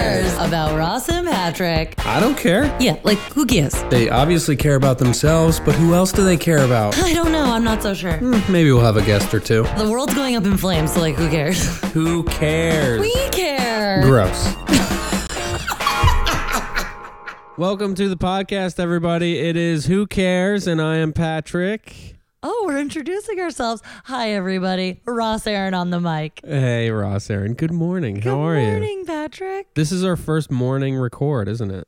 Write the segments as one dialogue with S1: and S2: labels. S1: about Ross and Patrick.
S2: I don't care.
S1: Yeah, like who gives?
S2: They obviously care about themselves, but who else do they care about?
S1: I don't know. I'm not so sure.
S2: Maybe we'll have a guest or two.
S1: The world's going up in flames, so like who cares?
S2: Who cares?
S1: We care.
S2: Gross. Welcome to the podcast, everybody. It is Who Cares, and I am Patrick.
S1: Oh, we're introducing ourselves. Hi, everybody. Ross Aaron on the mic.
S2: Hey, Ross Aaron. Good morning.
S1: Good
S2: How are you?
S1: morning, Patrick.
S2: This is our first morning record, isn't it?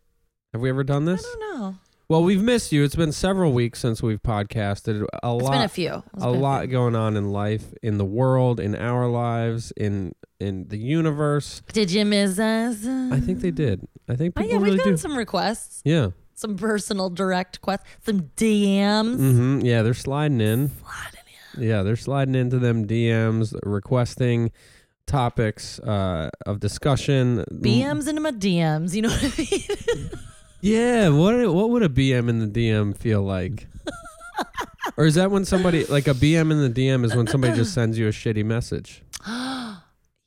S2: Have we ever done
S1: I
S2: this?
S1: don't know.
S2: Well, we've missed you. It's been several weeks since we've podcasted. A
S1: It's
S2: lot.
S1: been a few. It's
S2: a
S1: been
S2: lot
S1: few.
S2: going on in life, in the world, in our lives, in in the universe.
S1: Did you miss us?
S2: I think they did. I think
S1: Oh,
S2: people
S1: yeah, we've
S2: really
S1: gotten
S2: do.
S1: some requests,
S2: yeah.
S1: some personal direct quests, some DMs.
S2: hmm Yeah, they're sliding in. Yeah, they're sliding into them DMs, requesting topics uh, of discussion.
S1: BMs into my DMs. You know what I mean?
S2: Yeah, what what would a BM in the DM feel like? or is that when somebody like a BM in the DM is when somebody just sends you a shitty message,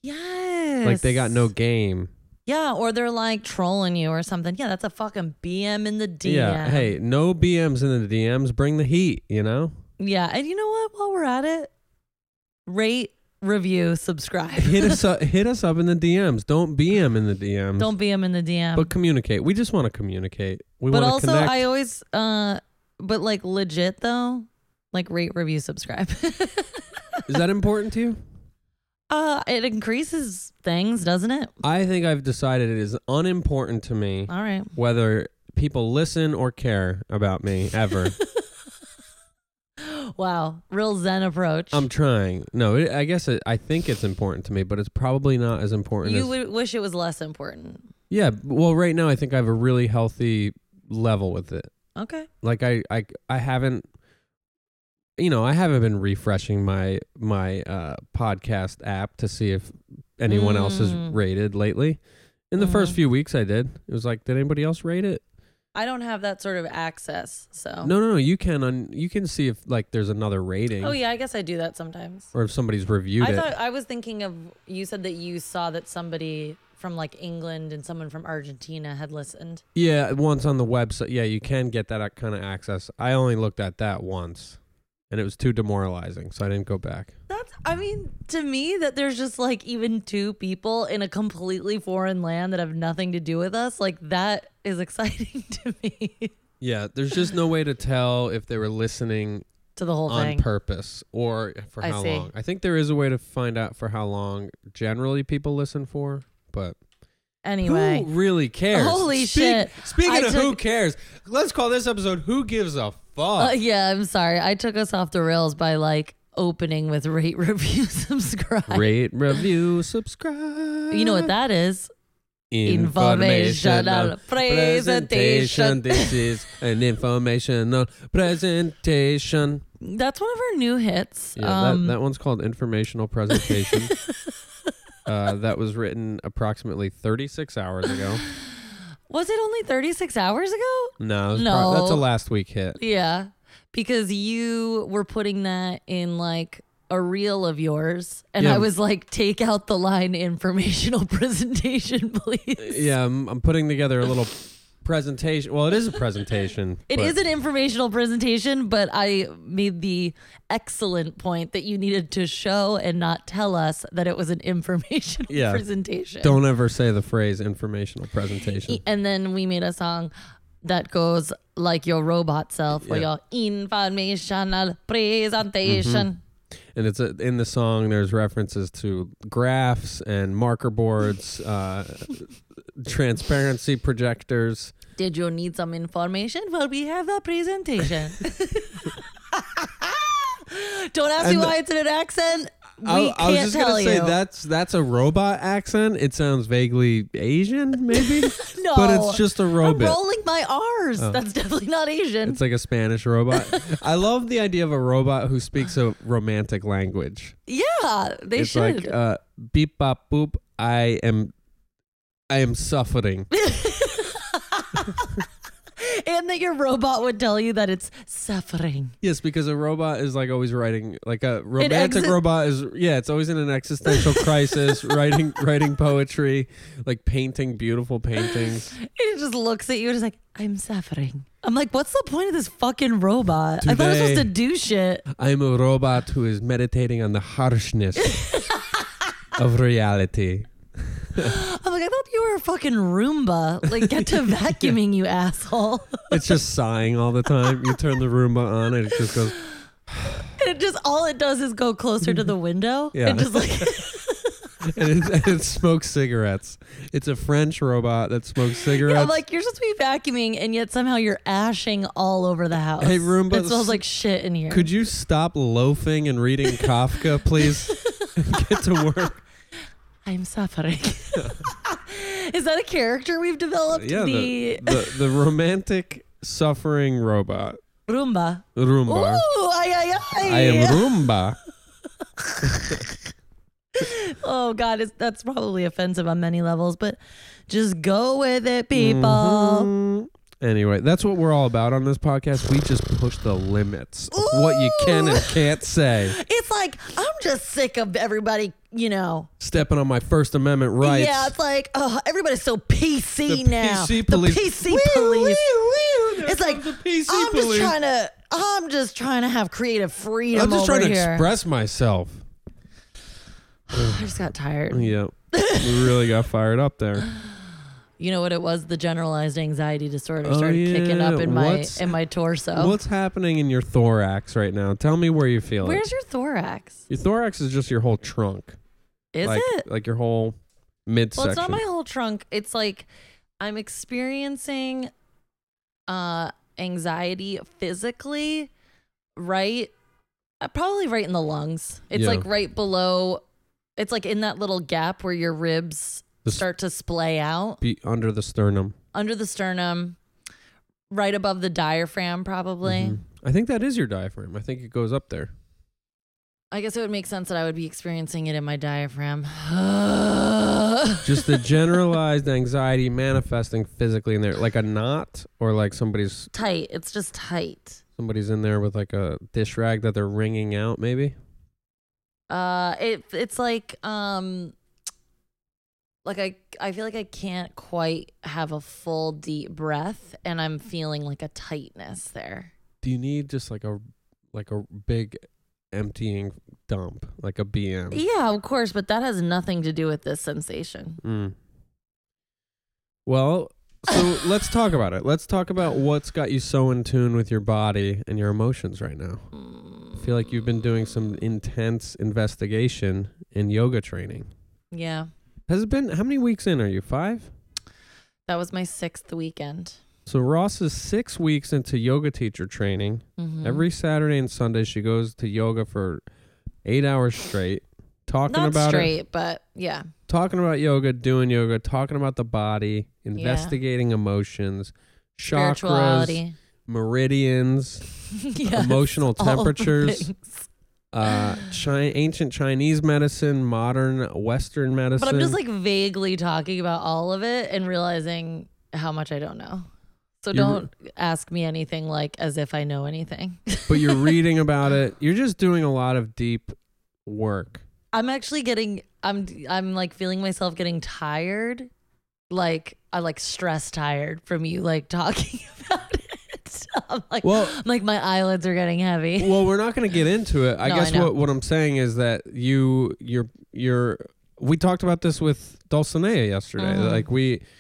S1: yes.
S2: like they got no game.
S1: Yeah, or they're like trolling you or something. Yeah, that's a fucking BM in the DM.
S2: Yeah, hey, no BMs in the DMs. Bring the heat, you know.
S1: Yeah, and you know what? While we're at it, rate, review, subscribe.
S2: Hit us up. Hit us up in the DMs. Don't BM in the DMs.
S1: Don't BM in the DM.
S2: But communicate. We just want to communicate. We
S1: but
S2: want to
S1: also,
S2: connect.
S1: I always, uh, but like legit though, like rate, review, subscribe.
S2: Is that important to you?
S1: uh, it increases things, doesn't it?
S2: I think I've decided it is unimportant to me
S1: All right.
S2: whether people listen or care about me ever.
S1: Wow, real Zen approach.
S2: I'm trying. No, it, I guess it, I think it's important to me, but it's probably not as important
S1: you
S2: as.
S1: would wish it was less important.
S2: yeah. Well, right now I think I have a really healthy level with it.
S1: Okay.
S2: Like I, I, I haven't. You know, I haven't been refreshing my my uh, podcast app to see if anyone else has
S1: Mm.
S2: rated lately. In the first
S1: Mhm.
S2: few weeks, I did. It was like, did anybody else rate it?
S1: I don't have that sort of access, so.
S2: No, no, no. You can un- you can see if like there's another rating
S1: Oh yeah, I guess I do that sometimes.
S2: or if somebody's reviewed
S1: I
S2: it.
S1: thought I was thinking of you said that you saw that somebody from like England and someone from Argentina had listened.
S2: Yeah, once on the website. Yeah, you can get that kind of access. I only looked at that once, and it was too demoralizing, so I didn't go back.
S1: That's I mean to me that there's just like even two people in a completely foreign land that have nothing to do with us like that is exciting to me
S2: Yeah, there's just no way to tell if they were listening
S1: to the whole
S2: on
S1: thing.
S2: purpose or for
S1: I
S2: how
S1: see.
S2: long. I think there is a way to find out for how long generally people listen for, but
S1: Anyway,
S2: who really cares?
S1: Holy shit.
S2: Speaking
S1: I
S2: of who
S1: took-
S2: cares, let's call this episode "Who Gives a Fuck."
S1: Uh, yeah, I'm sorry. I took us off the rails by like opening with rate review subscribe.
S2: Rate, review, subscribe.
S1: You know what that is? Informational presentation.
S2: This is an informational presentation.
S1: That's one of our new hits. Um,
S2: Yeah, that, that one's called informational presentation. uh, that was written approximately 36 hours ago.
S1: Was it only 36 hours ago?
S2: No, it was pro- that's a
S1: No.
S2: last week hit.
S1: Yeah. Because you were putting that in like a reel of yours. And
S2: Yeah.
S1: I was like, take out the line informational presentation, please.
S2: Yeah, I'm, I'm putting together a little presentation. Well, it is a presentation.
S1: It
S2: but-
S1: is an informational presentation, but I made the excellent point that you needed to show and not tell us that it was an informational
S2: Yeah.
S1: presentation.
S2: Don't ever say the phrase informational presentation.
S1: And then we made a song that goes like your robot self or
S2: Yeah.
S1: your informational presentation.
S2: Mm-hmm. and it's a, in the song there's references to graphs and marker boards uh, transparency projectors
S1: Did you need some information? Well, we have the presentation. Don't ask
S2: And
S1: me why it's in an accent. We
S2: I,
S1: can't
S2: I was just
S1: tell
S2: gonna say
S1: you.
S2: that's that's a robot accent it sounds vaguely asian maybe
S1: no,
S2: but it's just a
S1: Oh, I'm
S2: robot Oh.
S1: rolling my R's. That's definitely not Asian.
S2: it's like a spanish robot i love the idea of a robot who speaks a romantic language
S1: yeah, they
S2: it's
S1: should.
S2: like uh, beep bop boop uh, i am i am suffering
S1: and that your robot would tell you that it's suffering.
S2: Yes, because a robot is like always writing, like a romantic
S1: exi-
S2: robot is, yeah, it's always in an existential crisis, writing, writing poetry, like painting beautiful paintings.
S1: It just looks at you and is like, I'm suffering. I'm like, what's the point of this fucking robot? I thought I was
S2: Today-
S1: supposed to do shit.
S2: I'm a robot who is meditating on the harshness of reality.
S1: I'm like, I thought you were a fucking Roomba. Like, get to vacuuming, you asshole.
S2: It's just sighing all the time. You turn the Roomba on and it just goes,
S1: And it just all it does is go closer to the window.
S2: Yeah.
S1: And just like
S2: and it, and it smokes cigarettes. It's a French robot that smokes cigarettes.
S1: I'm like, you're supposed to be vacuuming and yet somehow you're ashing all over the house.
S2: Hey, Roomba,
S1: It smells like shit in here.
S2: Could you stop loafing and reading Kafka, please? Get to work.
S1: I'm suffering. is that a character we've developed?
S2: Yeah, the,
S1: the,
S2: the, the romantic suffering robot.
S1: Roomba. Ooh,
S2: Roomba.
S1: ay, ay, ay.
S2: I am Roomba.
S1: Oh God, it's, that's probably offensive on many levels, but just go with it, people.
S2: Mhm. Anyway, that's what we're all about on this podcast. We just push the limits of what you can and can't say.
S1: It's like I'm just sick of everybody, you know.
S2: Stepping on my First Amendment rights.
S1: Yeah, it's like oh, everybody's so PC
S2: The
S1: now.
S2: PC police.
S1: The PC
S2: Wee,
S1: police.
S2: wee, wee, there
S1: It's like
S2: comes the PC
S1: I'm just
S2: police.
S1: trying to. I'm just trying to have creative freedom.
S2: I'm just
S1: over
S2: trying to
S1: here.
S2: express myself.
S1: I just got tired.
S2: Yeah. we really got fired up there.
S1: You know what it was? The generalized anxiety disorder
S2: Oh,
S1: started kicking up
S2: yeah.
S1: in my
S2: What's-
S1: in my torso.
S2: What's happening in your thorax right now? Tell me where you feel it.
S1: Where's your thorax?
S2: Your thorax is just your whole trunk.
S1: Is
S2: like,
S1: it?
S2: Like your whole
S1: Well,
S2: midsection.
S1: it's not my whole trunk. It's like I'm experiencing uh anxiety physically, right? uh, Probably right in the lungs. It's
S2: Yeah.
S1: like right below. It's like in that little gap where your ribs
S2: The s-
S1: start to splay out
S2: Be under the sternum.
S1: under the sternum, right above the diaphragm, probably.
S2: Mhm. I think that is your diaphragm. I think it goes up there.
S1: I guess it would make sense that I would be experiencing it in my diaphragm.
S2: Just the generalized anxiety manifesting physically in there, like a knot, or like somebody's
S1: tight. It's just tight.
S2: somebody's in there with like a dish rag that they're wringing out, maybe.
S1: Uh, it it's like um, like I I feel like I can't quite have a full deep breath, and I'm feeling like a tightness there.
S2: Do you need just like a like a big emptying dump, like a BM?
S1: Yeah, of course, but that has nothing to do with this sensation.
S2: Mm. Well, so let's talk about it. Let's talk about what's got you so in tune with your body and your emotions right now. I feel like you've been doing some intense investigation in yoga training.
S1: Yeah,
S2: Has it been how many weeks in are you? 5?
S1: that was my sixth weekend.
S2: So Ross is 6 weeks into yoga teacher training.
S1: Mhm.
S2: Every Saturday and Sunday she goes to yoga for 8 hours straight talking
S1: not
S2: about it.
S1: straight, but yeah.
S2: talking about yoga, doing yoga, talking about the body, investigating emotions, chakras,
S1: Spirituality,
S2: meridians,
S1: Yes,
S2: emotional
S1: all the
S2: temperatures,
S1: things.
S2: uh, chi- ancient Chinese medicine, modern Western medicine.
S1: But I'm just like vaguely talking about all of it and realizing how much I don't know. So
S2: You're-
S1: don't ask me anything like as if I know anything.
S2: but you're reading about it. You're just doing a lot of deep work.
S1: I'm actually getting I'm I'm like feeling myself getting tired. Like I like stress tired from you like talking about it. I'm like
S2: Well-
S1: I'm like my eyelids are getting heavy.
S2: Well, we're not going to get into it. I
S1: No, I
S2: guess
S1: know.
S2: what what I'm saying is that you you're you're we talked about this with Dulcinea yesterday.
S1: Mhm.
S2: Like we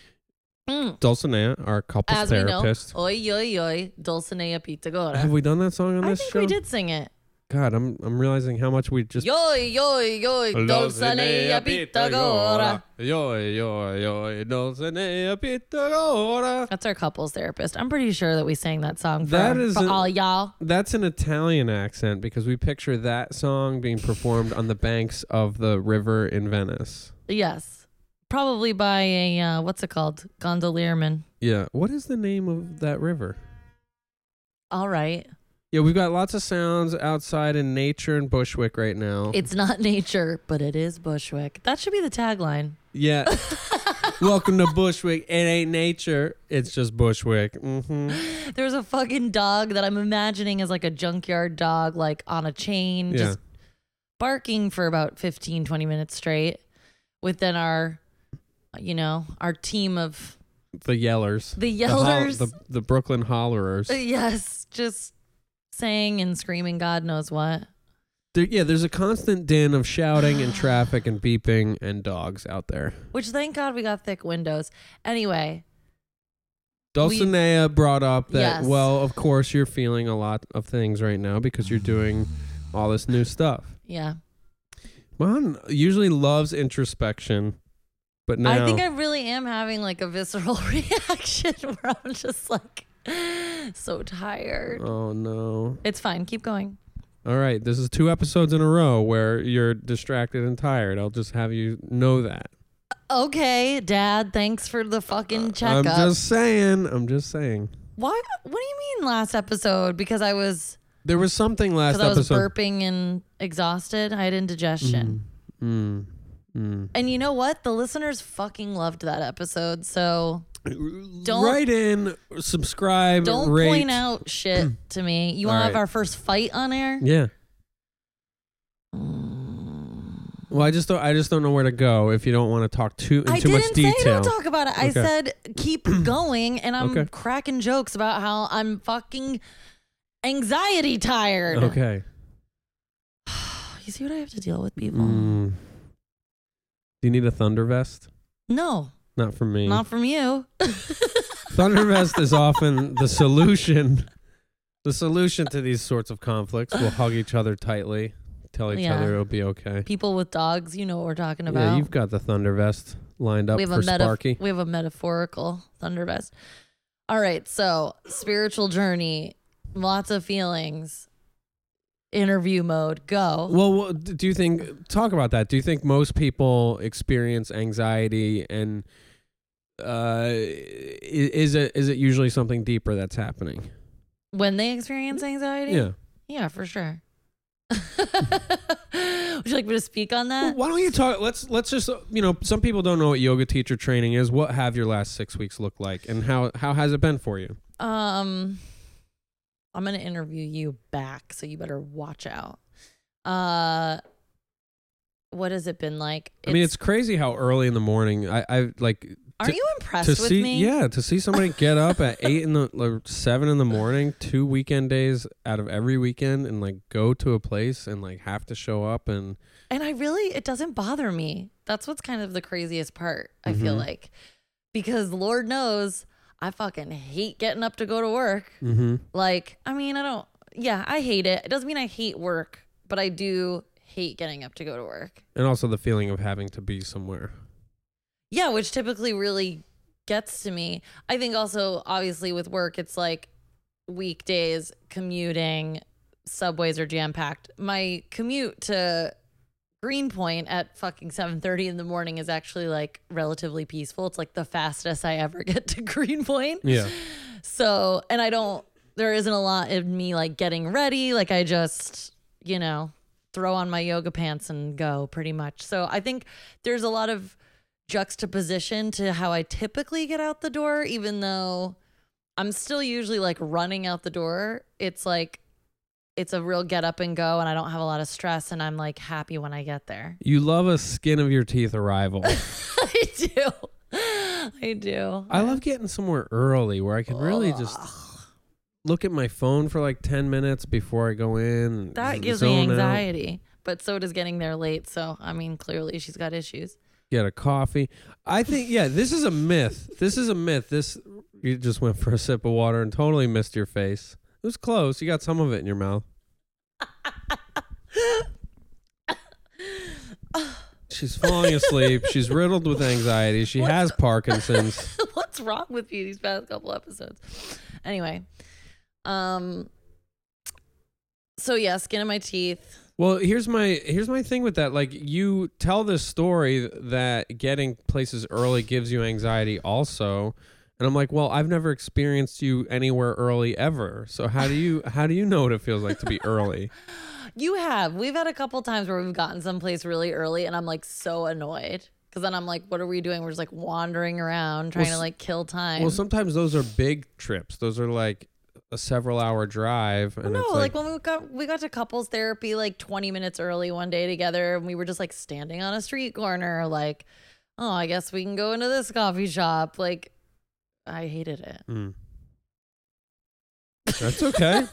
S1: Mm.
S2: Dulcinea, our couples
S1: As
S2: therapist.
S1: we know, oi oi oi, Dulcinea
S2: Have
S1: Pitagora.
S2: we done that song on
S1: I
S2: this
S1: think
S2: show?
S1: we did sing it.
S2: God, I'm I'm realizing how much we just.
S1: Yo, yo, yo, Dulcinea Pitagora.
S2: Yo, yo, yo, Dulcinea Pitagora.
S1: That's our couples therapist. I'm pretty sure that we sang that song for,
S2: That is
S1: for
S2: a-
S1: all y'all.
S2: That's an Italian accent because we picture that song being performed on the banks of the river in Venice.
S1: Yes. Probably by a, uh, what's it called? Gondolierman.
S2: Yeah. What is the name of that river?
S1: All right.
S2: Yeah, we've got lots of sounds outside in nature and Bushwick right now.
S1: It's not nature, but it is Bushwick. That should be the tagline.
S2: yeah. Welcome to Bushwick. It ain't nature. It's just Bushwick. hmm
S1: There's a fucking dog that I'm imagining as like a junkyard dog, like on a chain,
S2: Yeah.
S1: just barking for about 15, 20 minutes straight. Within our, you know, our team of
S2: The yellers.
S1: the
S2: The, hol-
S1: yellers.
S2: the, the Brooklyn hollerers.
S1: Uh, yes, just saying and screaming God knows what.
S2: There, yeah, there's a constant din of shouting and traffic and beeping and dogs out there.
S1: Which thank God we got thick windows. Anyway,
S2: Dulcinea brought up that,
S1: Yes.
S2: well, of course, you're feeling a lot of things right now because you're doing all this new stuff.
S1: yeah.
S2: Mom usually loves introspection, but now
S1: I think I really am having like a visceral reaction where I'm just like so tired.
S2: Oh no.
S1: It's fine. Keep going.
S2: All right, this is two episodes in a row where you're distracted and tired. I'll just have you know that.
S1: Okay, Dad. Thanks for the fucking
S2: Uh, I'm
S1: checkup.
S2: just saying. I'm just saying.
S1: Why? What do you mean last episode? Because I was
S2: There was something last
S1: because I was
S2: episode. Mm-hmm.
S1: burping and exhausted. I had indigestion.
S2: Mm, mm.
S1: And you know what? The listeners fucking loved that episode. So Don't-
S2: Mm-hmm. Write in, subscribe,
S1: don't
S2: rate.
S1: point out shit to me. You want
S2: All
S1: to have
S2: right.
S1: our first fight on air?
S2: Yeah.
S1: Mm.
S2: Well, I just don't. I just don't know where to go if you don't want to talk too in
S1: I
S2: too
S1: didn't
S2: much
S1: say
S2: detail.
S1: don't talk about it. I
S2: Okay.
S1: said keep going, and I'm
S2: Okay.
S1: cracking jokes about how I'm fucking anxiety tired. Oh,
S2: okay.
S1: You see what I have to deal with, people?
S2: Mm. Do you need a thunder vest?
S1: No,
S2: Not for me.
S1: not from you.
S2: Thunder vest is often the solution. The solution to these sorts of conflicts. We'll hug each other tightly, tell each
S1: Yeah.
S2: other it'll be okay.
S1: People with dogs, you know what we're talking about.
S2: Yeah, you've got the thunder vest lined up
S1: we have
S2: for
S1: a meta-
S2: Sparky.
S1: we have a metaphorical thunder vest. All right, so spiritual journey, lots of feelings, interview mode, go.
S2: Well, wha- d- do you think? Talk about that. Do you think most people experience anxiety, and uh, i- is it is it usually something deeper that's happening?
S1: When they experience anxiety,
S2: Yeah.
S1: Yeah, for sure. Would you like me to speak on
S2: Well,
S1: that?
S2: why don't you talk? Let's let's just uh, you know, some people don't know what yoga teacher training is. What have your last six weeks looked like, and how how has it been for you?
S1: Um, I'm gonna interview you back, so you better watch out. Uh, what has it been like?
S2: I mean, it's crazy how early in the morning. I I like
S1: are
S2: to-
S1: you impressed
S2: to
S1: with
S2: see
S1: me?
S2: yeah to see somebody get up at eight in the like seven in the morning two weekend days out of every weekend and like go to a place and like have to show up and
S1: and I really it doesn't bother me. That's what's kind of the craziest part. I feel
S2: Mhm.
S1: like because Lord knows I fucking hate getting up to go to work.
S2: mm-hmm.
S1: Like, I mean, I don't, yeah, I hate it. It doesn't mean I hate work, but I do hate getting up to go to work.
S2: and also the feeling of having to be somewhere
S1: Yeah, which typically really gets to me. I think also, obviously, with work, it's like weekdays, commuting, subways are jam packed. My commute to Greenpoint at fucking 7:30 in the morning is actually like relatively peaceful. It's like the fastest I ever get to Greenpoint.
S2: yeah
S1: So, and I don't, there isn't a lot of me like getting ready. Like I just, you know, throw on my yoga pants and go pretty much. So I think there's a lot of juxtaposition to how I typically get out the door, even though I'm still usually like running out the door. It's like, it's a real get up and go, and I don't have a lot of stress, and I'm like happy when I get there.
S2: you love a skin of your teeth arrival
S1: I do. I do.
S2: i love getting somewhere early where i can really just look at my phone for like 10 minutes before i go in and
S1: That
S2: z-
S1: gives me
S2: zone out,
S1: anxiety. But so does getting there late. So I mean, clearly she's got issues.
S2: get a coffee i think yeah this is a myth this is a myth this you just went for a sip of water and totally missed your face it was close you got some of it in your mouth she's falling asleep she's riddled with anxiety she has parkinson's
S1: What's wrong with you these past couple episodes? Anyway, um, so yeah, skin in my teeth.
S2: Well, here's my here's my thing with that. Like you tell this story that getting places early gives you anxiety also. And I'm like, "Well, I've never experienced you anywhere early ever. So how do you how do you know what it feels like to be early?"
S1: You have. We've had a couple times where we've gotten someplace really early, and I'm like so annoyed Because then I'm like, what are we doing? We're just like wandering around trying to
S2: s-
S1: like kill time.
S2: Well, sometimes those are big trips. Those are like a several hour drive. And
S1: no,
S2: it's
S1: like,
S2: like,
S1: when we got we got to couples therapy like 20 minutes early one day together, and we were just like standing on a street corner, like, oh, I guess we can go into this coffee shop. Like, I hated it.
S2: Mm. That's okay.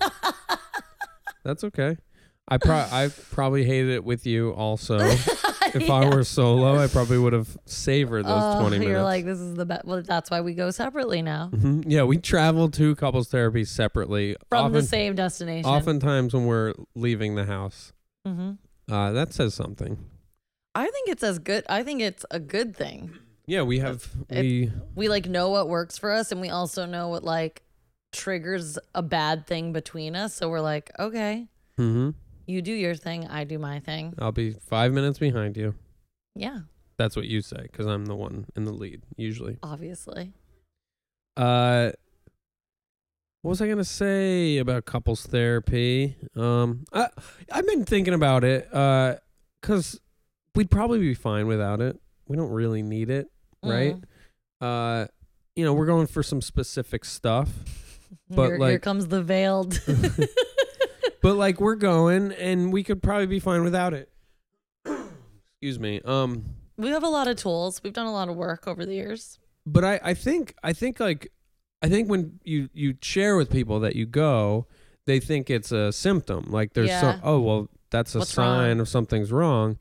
S2: That's okay. I pro- I probably hated it with you also. if I were solo, I probably would have savored those
S1: Oh,
S2: 20 minutes.
S1: You're like, this is the best. Well, that's why we go separately now
S2: Mhm. Yeah, we travel to couples therapy separately.
S1: from
S2: often,
S1: the same destination.
S2: Oftentimes when we're leaving the house,
S1: hmm
S2: uh, that says something.
S1: I think it's as good. I think it's a good thing.
S2: Yeah, we have
S1: It-
S2: we
S1: Uh, We like know what works for us, and we also know what like triggers a bad thing between us. So we're like, okay,
S2: hmm
S1: you do your thing, I do my thing.
S2: I'll be five minutes behind you.
S1: Yeah,
S2: That's what you say because I'm the one in the lead usually.
S1: obviously.
S2: Uh, what was I gonna say about couples therapy? Um, I I've been thinking about it. Uh, cause we'd probably be fine without it. We don't really need it, right?
S1: Mm.
S2: Uh, you know, we're going for some specific stuff, But,
S1: here, here
S2: like-
S1: comes the veiled.
S2: but like we're going, and we could probably be fine without it. Excuse me. Um,
S1: we have a lot of tools. We've done a lot of work over the years.
S2: but I, I think I think like I think when you you share with people that you go, they think it's a symptom. Like there's
S1: Yeah.
S2: some oh well that's a
S1: What's
S2: sign
S1: wrong?
S2: of something's wrong.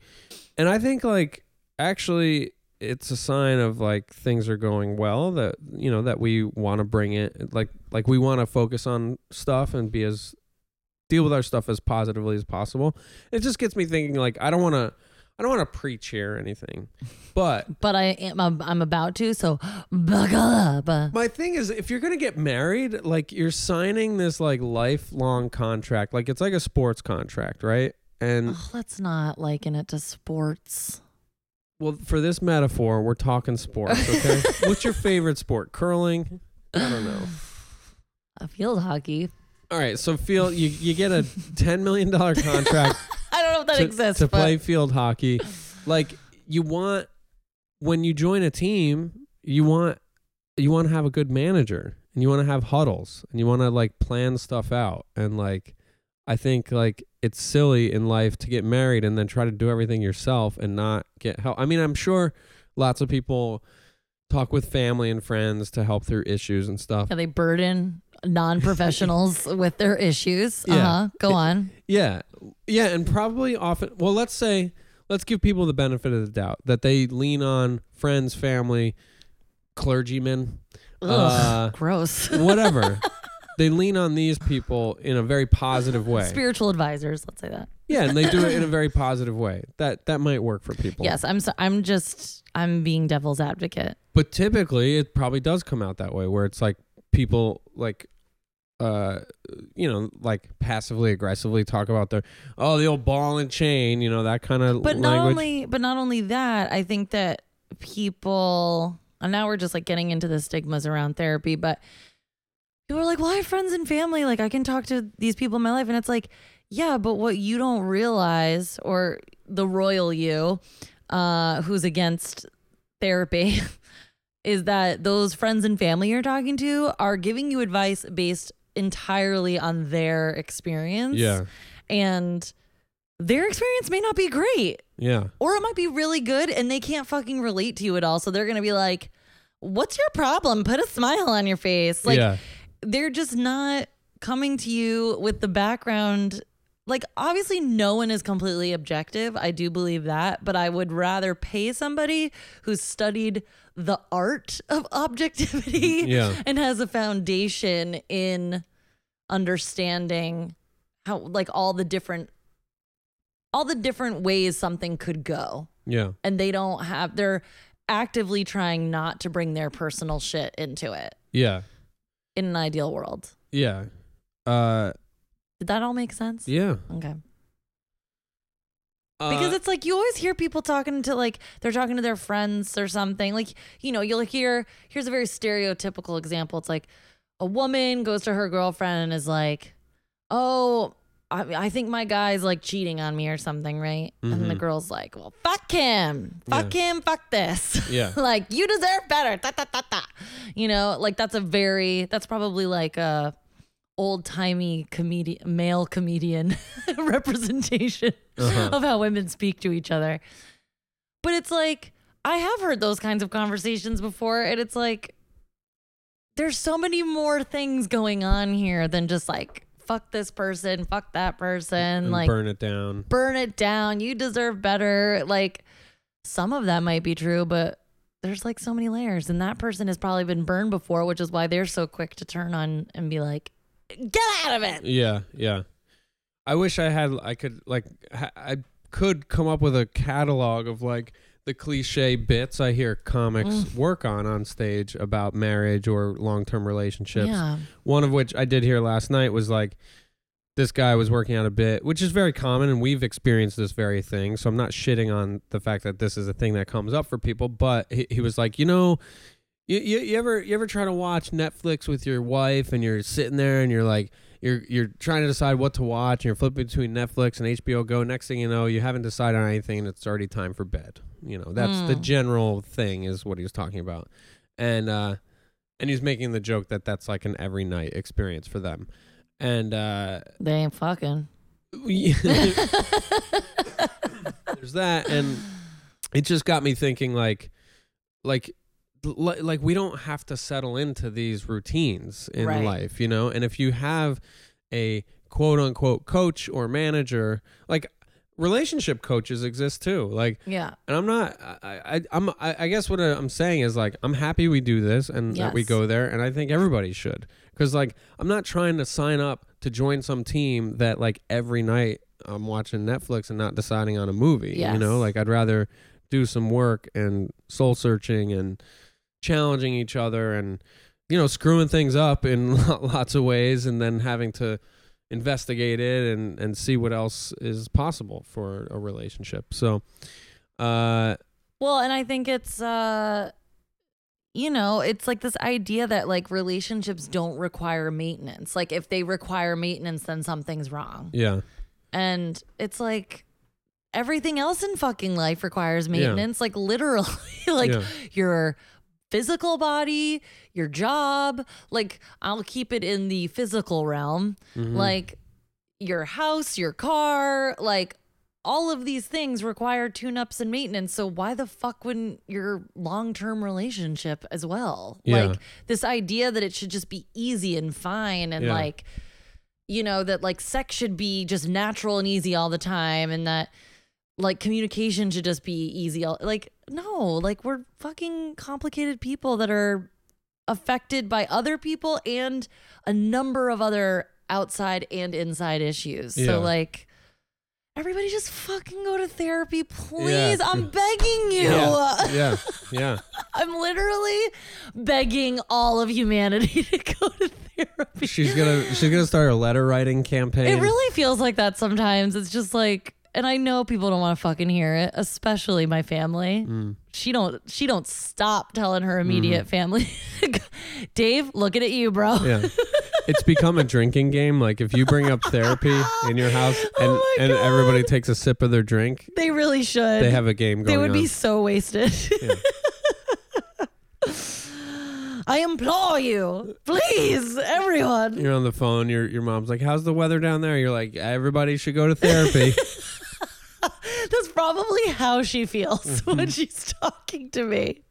S2: And I think like actually it's a sign of like things are going well that you know that we want to bring it like like we want to focus on stuff and be as deal with our stuff as positively as possible. It just gets me thinking like I don't want to I don't want to preach here or anything. But
S1: But I am. I'm, I'm about to. So buckle up. Uh,
S2: My thing is, if you're gonna get married, like you're signing this like lifelong contract, like it's like a sports contract, right? And
S1: Ugh, oh, let's not liken it to sports.
S2: well, for this metaphor, we're talking sports. Okay, what's your favorite sport? Curling? I don't know.
S1: A field hockey.
S2: All right, so field you you get a ten million dollar contract
S1: I don't know if that
S2: to,
S1: exists.
S2: to
S1: but
S2: play field hockey. Like you want when you join a team, you want you want to have a good manager and you want to have huddles and you want to like plan stuff out and like I think like it's silly in life to get married and then try to do everything yourself and not get help. I mean, I'm sure lots of people talk with family and friends to help through issues and stuff.
S1: Yeah, they burden non-professionals with their issues.
S2: Yeah.
S1: Uh huh. Go on.
S2: Yeah. Yeah, and probably often well, let's say let's give people the benefit of the doubt that they lean on friends, family, clergymen,
S1: Ugh,
S2: Uh,
S1: gross.
S2: whatever. they lean on these people in a very positive way.
S1: Spiritual advisors. Let's say that.
S2: yeah, and they do it in a very positive way. That that might work for people.
S1: Yes, I'm. So, I'm just. I'm being devil's advocate.
S2: But typically it probably does come out that way where it's like people like uh you know like passively aggressively talk about their oh the old ball and chain you know that kind of
S1: But
S2: language
S1: not only. But not only that. I think that people. And now we're just like getting into the stigmas around therapy, but people are like, "Well, I have friends and family. Like, I can talk to these people in my life," and it's like, "Yeah, but what you don't realize, or the royal you, uh, who's against therapy." is that those friends and family you're talking to are giving you advice based entirely on their experience.
S2: yeah
S1: And their experience may not be great,
S2: yeah
S1: or it might be really good and they can't fucking relate to you at all. So they're going to be like, What's your problem? Put a smile on your face. Like,
S2: yeah
S1: they're just not coming to you with the background. Like, obviously, no one is completely objective. I do believe that, but I would rather pay somebody who's studied the art of objectivity
S2: Yeah.
S1: and has a foundation in understanding how, like, all the different. All the different ways something could go,
S2: yeah
S1: and they don't have, they're actively trying not to bring their personal shit into it
S2: yeah
S1: in an ideal world.
S2: yeah uh
S1: Did that all make sense?
S2: yeah
S1: Okay. Because
S2: Uh,
S1: it's like you always hear people talking to like they're talking to their friends or something. Like, you know, you'll hear here's a very stereotypical example. It's like a woman goes to her girlfriend and is like, "Oh, I mean, I think my guy's like cheating on me or something, right? And the
S2: Mhm.
S1: girl's like, well, fuck him, fuck him, fuck this.
S2: Yeah.
S1: like you deserve better. Da, da, da, da. You know, like that's a very that's probably like a old timey comedian, male comedian representation of how women speak to each other. But it's like I have heard those kinds of conversations before, and it's like there's so many more things going on here than just like fuck this person, fuck that person,
S2: and
S1: like burn.
S2: burn it down.
S1: it down. You deserve better. Like some of that might be true, but there's like so many layers, and that person has probably been burned before, which is why they're so quick to turn on and be like, "Get out of it."
S2: Yeah, yeah. I wish I had. I could like. Ha- I could come up with a catalog of like the cliche bits I hear comics
S1: Mm.
S2: work on on stage about marriage or long term relationships.
S1: Yeah,
S2: One of which I did hear last night was like. This guy was working out a bit, which is very common, and we've experienced this very thing. So I'm not shitting on the fact that this is a thing that comes up for people, but he, he was like, you know, you, you, you ever you ever try to watch Netflix with your wife and you're sitting there and you're like you're you're trying to decide what to watch and you're flipping between Netflix and HBO Go. Next thing you know, you haven't decided on anything and it's already time for bed. You know that's the
S1: Mm.
S2: general thing is what he was talking about, and uh, and he's making the joke that that's like an every night experience for them, and uh,
S1: they ain't fucking.
S2: there's that and it just got me thinking like like li- like we don't have to settle into these routines in
S1: Right.
S2: life you know and if you have a quote unquote coach or manager like relationship coaches exist too like
S1: Yeah,
S2: and i'm not i i i'm i I guess what i'm saying is like i'm happy we do this and that we
S1: Yes.
S2: go there and i think everybody should because like i'm not trying to sign up to join some team that like every night i'm watching netflix and not deciding on a movie you
S1: Yes.
S2: know like i'd rather do some work and soul searching and challenging each other and you know screwing things up in lo- lots of ways and then having to investigate it and and see what else is possible for a relationship so uh
S1: Well, and I think it's uh you know, it's like this idea that like relationships don't require maintenance. Like if they require maintenance, then something's wrong.
S2: yeah
S1: And it's like everything else in fucking life requires maintenance, like literally like
S2: Yeah.
S1: your physical body, your job, like I'll keep it in the physical realm
S2: Mhm.
S1: like your house, your car, like all of these things require tune ups and maintenance. So why the fuck wouldn't your long term relationship as well?
S2: Yeah.
S1: Like this idea that it should just be easy and fine and
S2: Yeah.
S1: like you know that like sex should be just natural and easy all the time and that like communication should just be easy all like no like we're fucking complicated people that are affected by other people and a number of other outside and inside issues.
S2: Yeah.
S1: So like everybody just fucking go to therapy,
S2: Yeah.
S1: please. I'm begging you.
S2: yeah yeah, yeah.
S1: I'm literally begging all of humanity to go to therapy.
S2: she's gonna she's gonna start a letter writing campaign
S1: It really feels like that sometimes. It's just like and I know people don't want to fucking hear it, especially my family.
S2: Mm.
S1: She don't she don't stop telling her immediate family. Dave, looking at you, bro.
S2: Mm-hmm. yeah it's become a drinking game like if you bring up therapy in your house and
S1: Oh my
S2: and
S1: God.
S2: everybody takes a sip of their drink
S1: They really should.
S2: they have a game going
S1: They would
S2: on
S1: be so wasted.
S2: Yeah.
S1: I implore you, please, everyone.
S2: you're on the phone your your mom's like how's the weather down there you're like everybody should go to therapy
S1: That's probably how she feels
S2: Mm-hmm.
S1: when she's talking to me.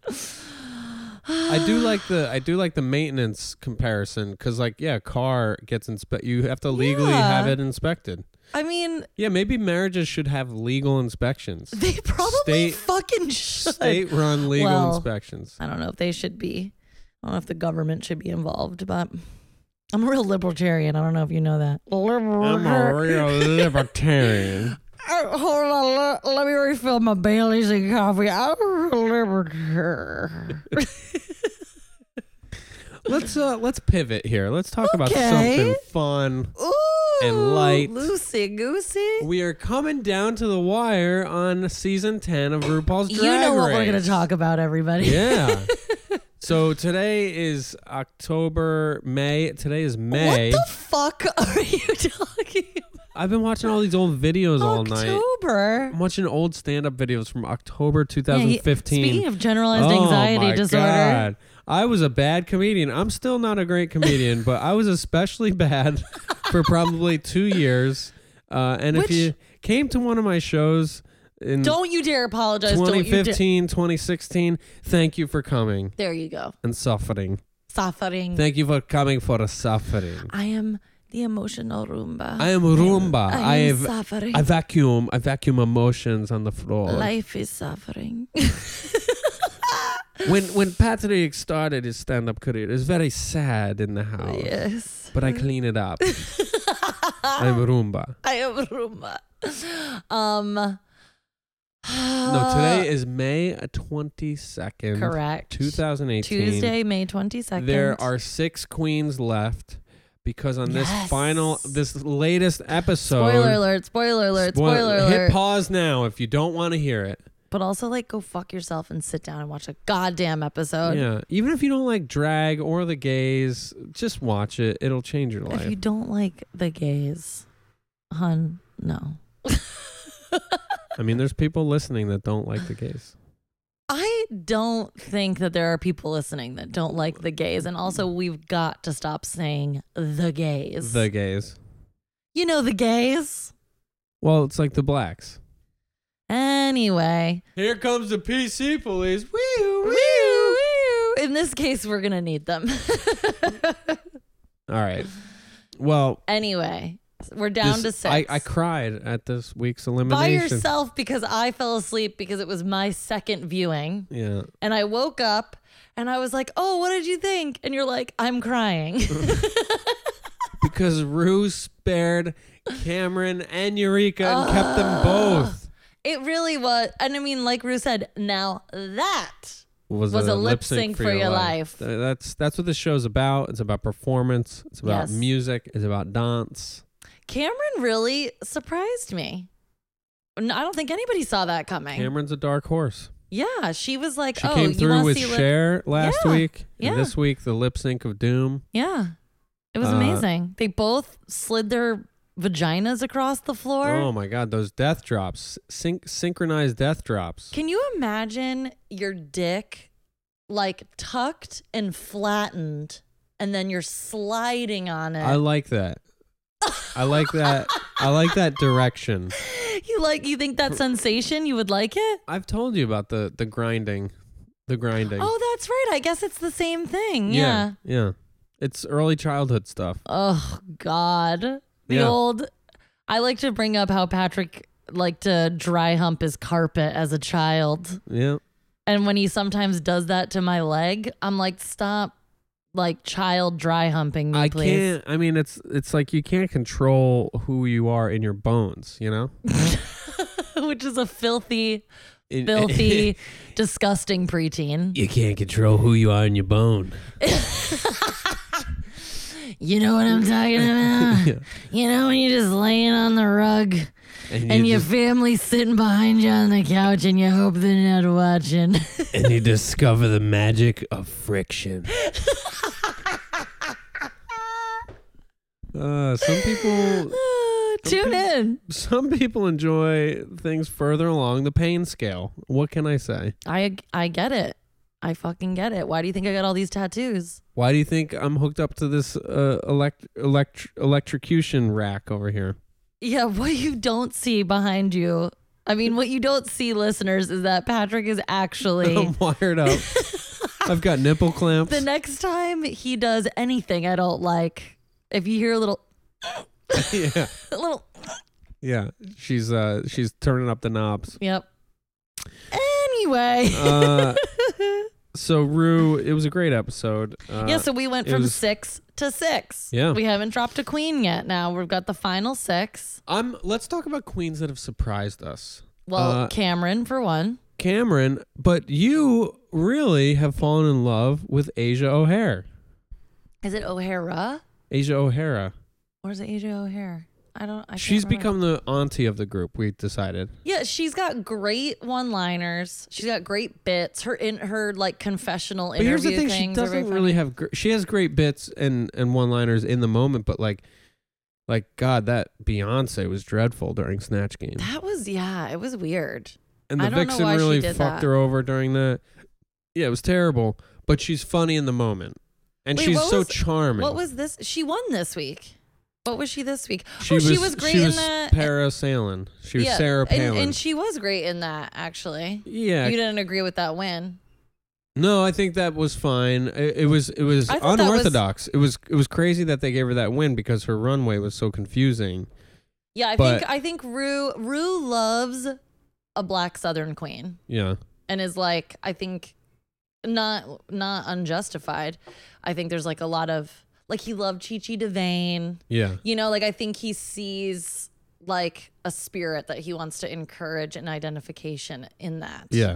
S2: I do like the I do like the maintenance comparison because like yeah, car gets inspect. You have to legally
S1: Yeah.
S2: have it inspected.
S1: I mean,
S2: Yeah, maybe marriages should have legal inspections.
S1: they probably
S2: State-
S1: fucking should.
S2: State run legal
S1: Well-
S2: inspections.
S1: I don't know if they should be. I don't know if the government should be involved, but I'm a real libertarian. I don't know if you know that.
S2: I'm a real libertarian.
S1: Uh, hold on, le- let, me refill my Bailey's and coffee. I'm a libertarian.
S2: Let's uh let's pivot here. Let's talk about
S1: Okay.
S2: something fun.
S1: Ooh,
S2: And light.
S1: Loosey goosey.
S2: We are coming down to the wire on season ten of RuPaul's Drag
S1: You know what we're gonna
S2: Race.
S1: talk about, everybody.
S2: Yeah. so today is October, May. Today is May.
S1: What the fuck are you talking about?
S2: I've been watching all these old videos all night.
S1: October.
S2: I'm watching old stand-up videos from October
S1: Yeah, he-
S2: 2015.
S1: speaking of generalized anxiety disorder,
S2: I was a bad comedian. I'm still not a great comedian, but I was especially bad for probably two years. Uh, and
S1: Which-
S2: if you came to one of my shows in
S1: don't you dare apologize. Don't you dare.
S2: 2015, 2016, thank you for coming
S1: There you go.
S2: and suffering.
S1: Suffering.
S2: Thank you for coming for a suffering.
S1: I am the emotional Roomba.
S2: I am Roomba.
S1: I am
S2: I've-
S1: suffering.
S2: I vacuum. I vacuum emotions on the floor.
S1: Life is suffering.
S2: when when Patrick started his stand up career, it was very sad in the house.
S1: Oh, yes.
S2: But I clean it up. I'm Roomba.
S1: I am Roomba. Um.
S2: No, today is May uh, 22nd,
S1: Uh, correct.
S2: 2018.
S1: Tuesday, May twenty second.
S2: There are six queens left because on
S1: Yes.
S2: this final, this latest episode.
S1: Spoiler alert! Spoiler alert!
S2: Spoil-
S1: Spoiler alert!
S2: Hit pause now if you don't want to hear it.
S1: But also, like, go fuck yourself and sit down and watch a goddamn episode.
S2: Yeah. Even if you don't like drag or the gays, just watch it. It'll change your
S1: If
S2: life.
S1: you don't like the gays, hun, no.
S2: I mean, there's people listening that don't like the gays.
S1: I don't think that there are people listening that don't like the gays. And also, we've got to stop saying the gays.
S2: The gays.
S1: you know, the gays.
S2: Well, it's like the blacks.
S1: Anyway,
S2: Here comes the PC police. Woo, woo.
S1: in this case, we're going to need them.
S2: All right. Well,
S1: anyway, we're down
S2: this-
S1: to six.
S2: I, I cried at this week's
S1: by
S2: elimination.
S1: yourself because I fell asleep because it was my second viewing.
S2: Yeah.
S1: And I woke up and I was like, oh, what did you think? And you're like, I'm crying.
S2: Because Rue spared Cameron and Eureka and kept
S1: Ah.
S2: them both.
S1: it really was. And I mean, like Rue said, now that. Was a lip sync for your life.
S2: Th- That's that's what this show's about. It's about performance. It's
S1: Yes.
S2: about music. It's about dance.
S1: Cameron really surprised me. No, I don't think anybody saw that coming.
S2: Cameron's a dark horse.
S1: yeah, she was like,
S2: She
S1: "Oh,
S2: came
S1: you want
S2: through
S1: to
S2: with
S1: see?" Lip-
S2: Cher last
S1: Yeah,
S2: week.
S1: yeah.
S2: And this week, the lip sync of doom.
S1: yeah, it was
S2: Uh,
S1: amazing. They both slid their vaginas across the floor.
S2: oh my God, those death drops, Syn- synchronized death drops.
S1: Can you imagine your dick like tucked and flattened, and then you're sliding on it?
S2: I like that. I like that. I like that direction.
S1: you like? You think that sensation? You would like it?
S2: I've told you about the the grinding, the grinding.
S1: Oh, that's right. I guess it's the same thing. Yeah.
S2: yeah, yeah. It's early childhood stuff.
S1: Oh God. The
S2: Yeah.
S1: old. I like to bring up how Patrick liked to dry hump his carpet as a child,
S2: Yeah,
S1: and when he sometimes does that to my leg, I'm like, stop, like child dry humping me,
S2: I
S1: please.
S2: can't. I mean, it's it's like you can't control who you are in your bones. You know,
S1: Which is a filthy,
S2: In-
S1: filthy, disgusting preteen.
S2: you can't control who you are in your bone.
S1: You know what I'm talking about? You know when you're just laying on the rug and your family's sitting behind you on the couch and you hope they're not watching.
S2: and you discover the magic of friction. Uh, some people,
S1: Tune in.
S2: some people enjoy things further along the pain scale. What can I say?
S1: I I get it. I fucking get it. Why do you think I got all these tattoos?
S2: Why do you think I'm hooked up to this uh, elect- elect- electrocution rack over here?
S1: Yeah, what you don't see behind you. I mean, what you don't see, listeners, is that Patrick is actually.
S2: I'm wired up. Oh, I've got nipple clamps.
S1: the next time he does anything I don't like, if you hear a little,
S2: yeah,
S1: a little,
S2: yeah. She's uh, she's turning up the knobs.
S1: yep. Anyway.
S2: Uh, so Rue, it was a great episode. Uh,
S1: yeah, so we went
S2: it
S1: from
S2: was-
S1: six to six.
S2: Yeah.
S1: We haven't dropped a queen yet. Now we've got the final six.
S2: I'm. Let's talk about queens that have surprised us.
S1: Well,
S2: Uh,
S1: Cameron, for one.
S2: Cameron, but you really have fallen in love with Asia O'Hare.
S1: Is it O'Hara?
S2: Asia O'Hara.
S1: Or is it Asia O'Hare? I don't. I can't
S2: She's
S1: remember.
S2: become the auntie of the group. We decided.
S1: Yeah, she's got great one-liners. She's got great bits. Her in her like confessional
S2: But
S1: interview
S2: here's the thing: she
S1: things are very
S2: doesn't
S1: funny.
S2: really have. Gr- she has great bits and and one liners in the moment, but like Like God, that Beyonce was dreadful during Snatch Game,
S1: That was yeah, it was weird.
S2: and
S1: I
S2: the
S1: don't know
S2: vixen
S1: why she
S2: really
S1: did
S2: fucked
S1: that.
S2: her over during that. Yeah, it was terrible, but she's funny in the moment, and
S1: Wait,
S2: she's
S1: what
S2: so
S1: was-
S2: charming.
S1: What was this? She won this week. What was she this week?
S2: she
S1: oh,
S2: was
S1: she was great
S2: she
S1: in
S2: was
S1: that.
S2: Para Salen. She was
S1: yeah,
S2: Sarah Palin.
S1: and, and she was great in that actually.
S2: yeah,
S1: You didn't agree with that win.
S2: No, I think that was fine. It, it was it was
S1: I thought that was-
S2: unorthodox. It was it was crazy that they gave her that win because her runway was so confusing.
S1: Yeah, I
S2: But-
S1: think I think Rue Rue loves a black Southern queen
S2: Yeah,
S1: and is like I think not not unjustified. I think there's like a lot of like he loved Chi Chi Devane.
S2: yeah,
S1: You know, like I think he sees like a spirit that he wants to encourage an identification in that.
S2: yeah,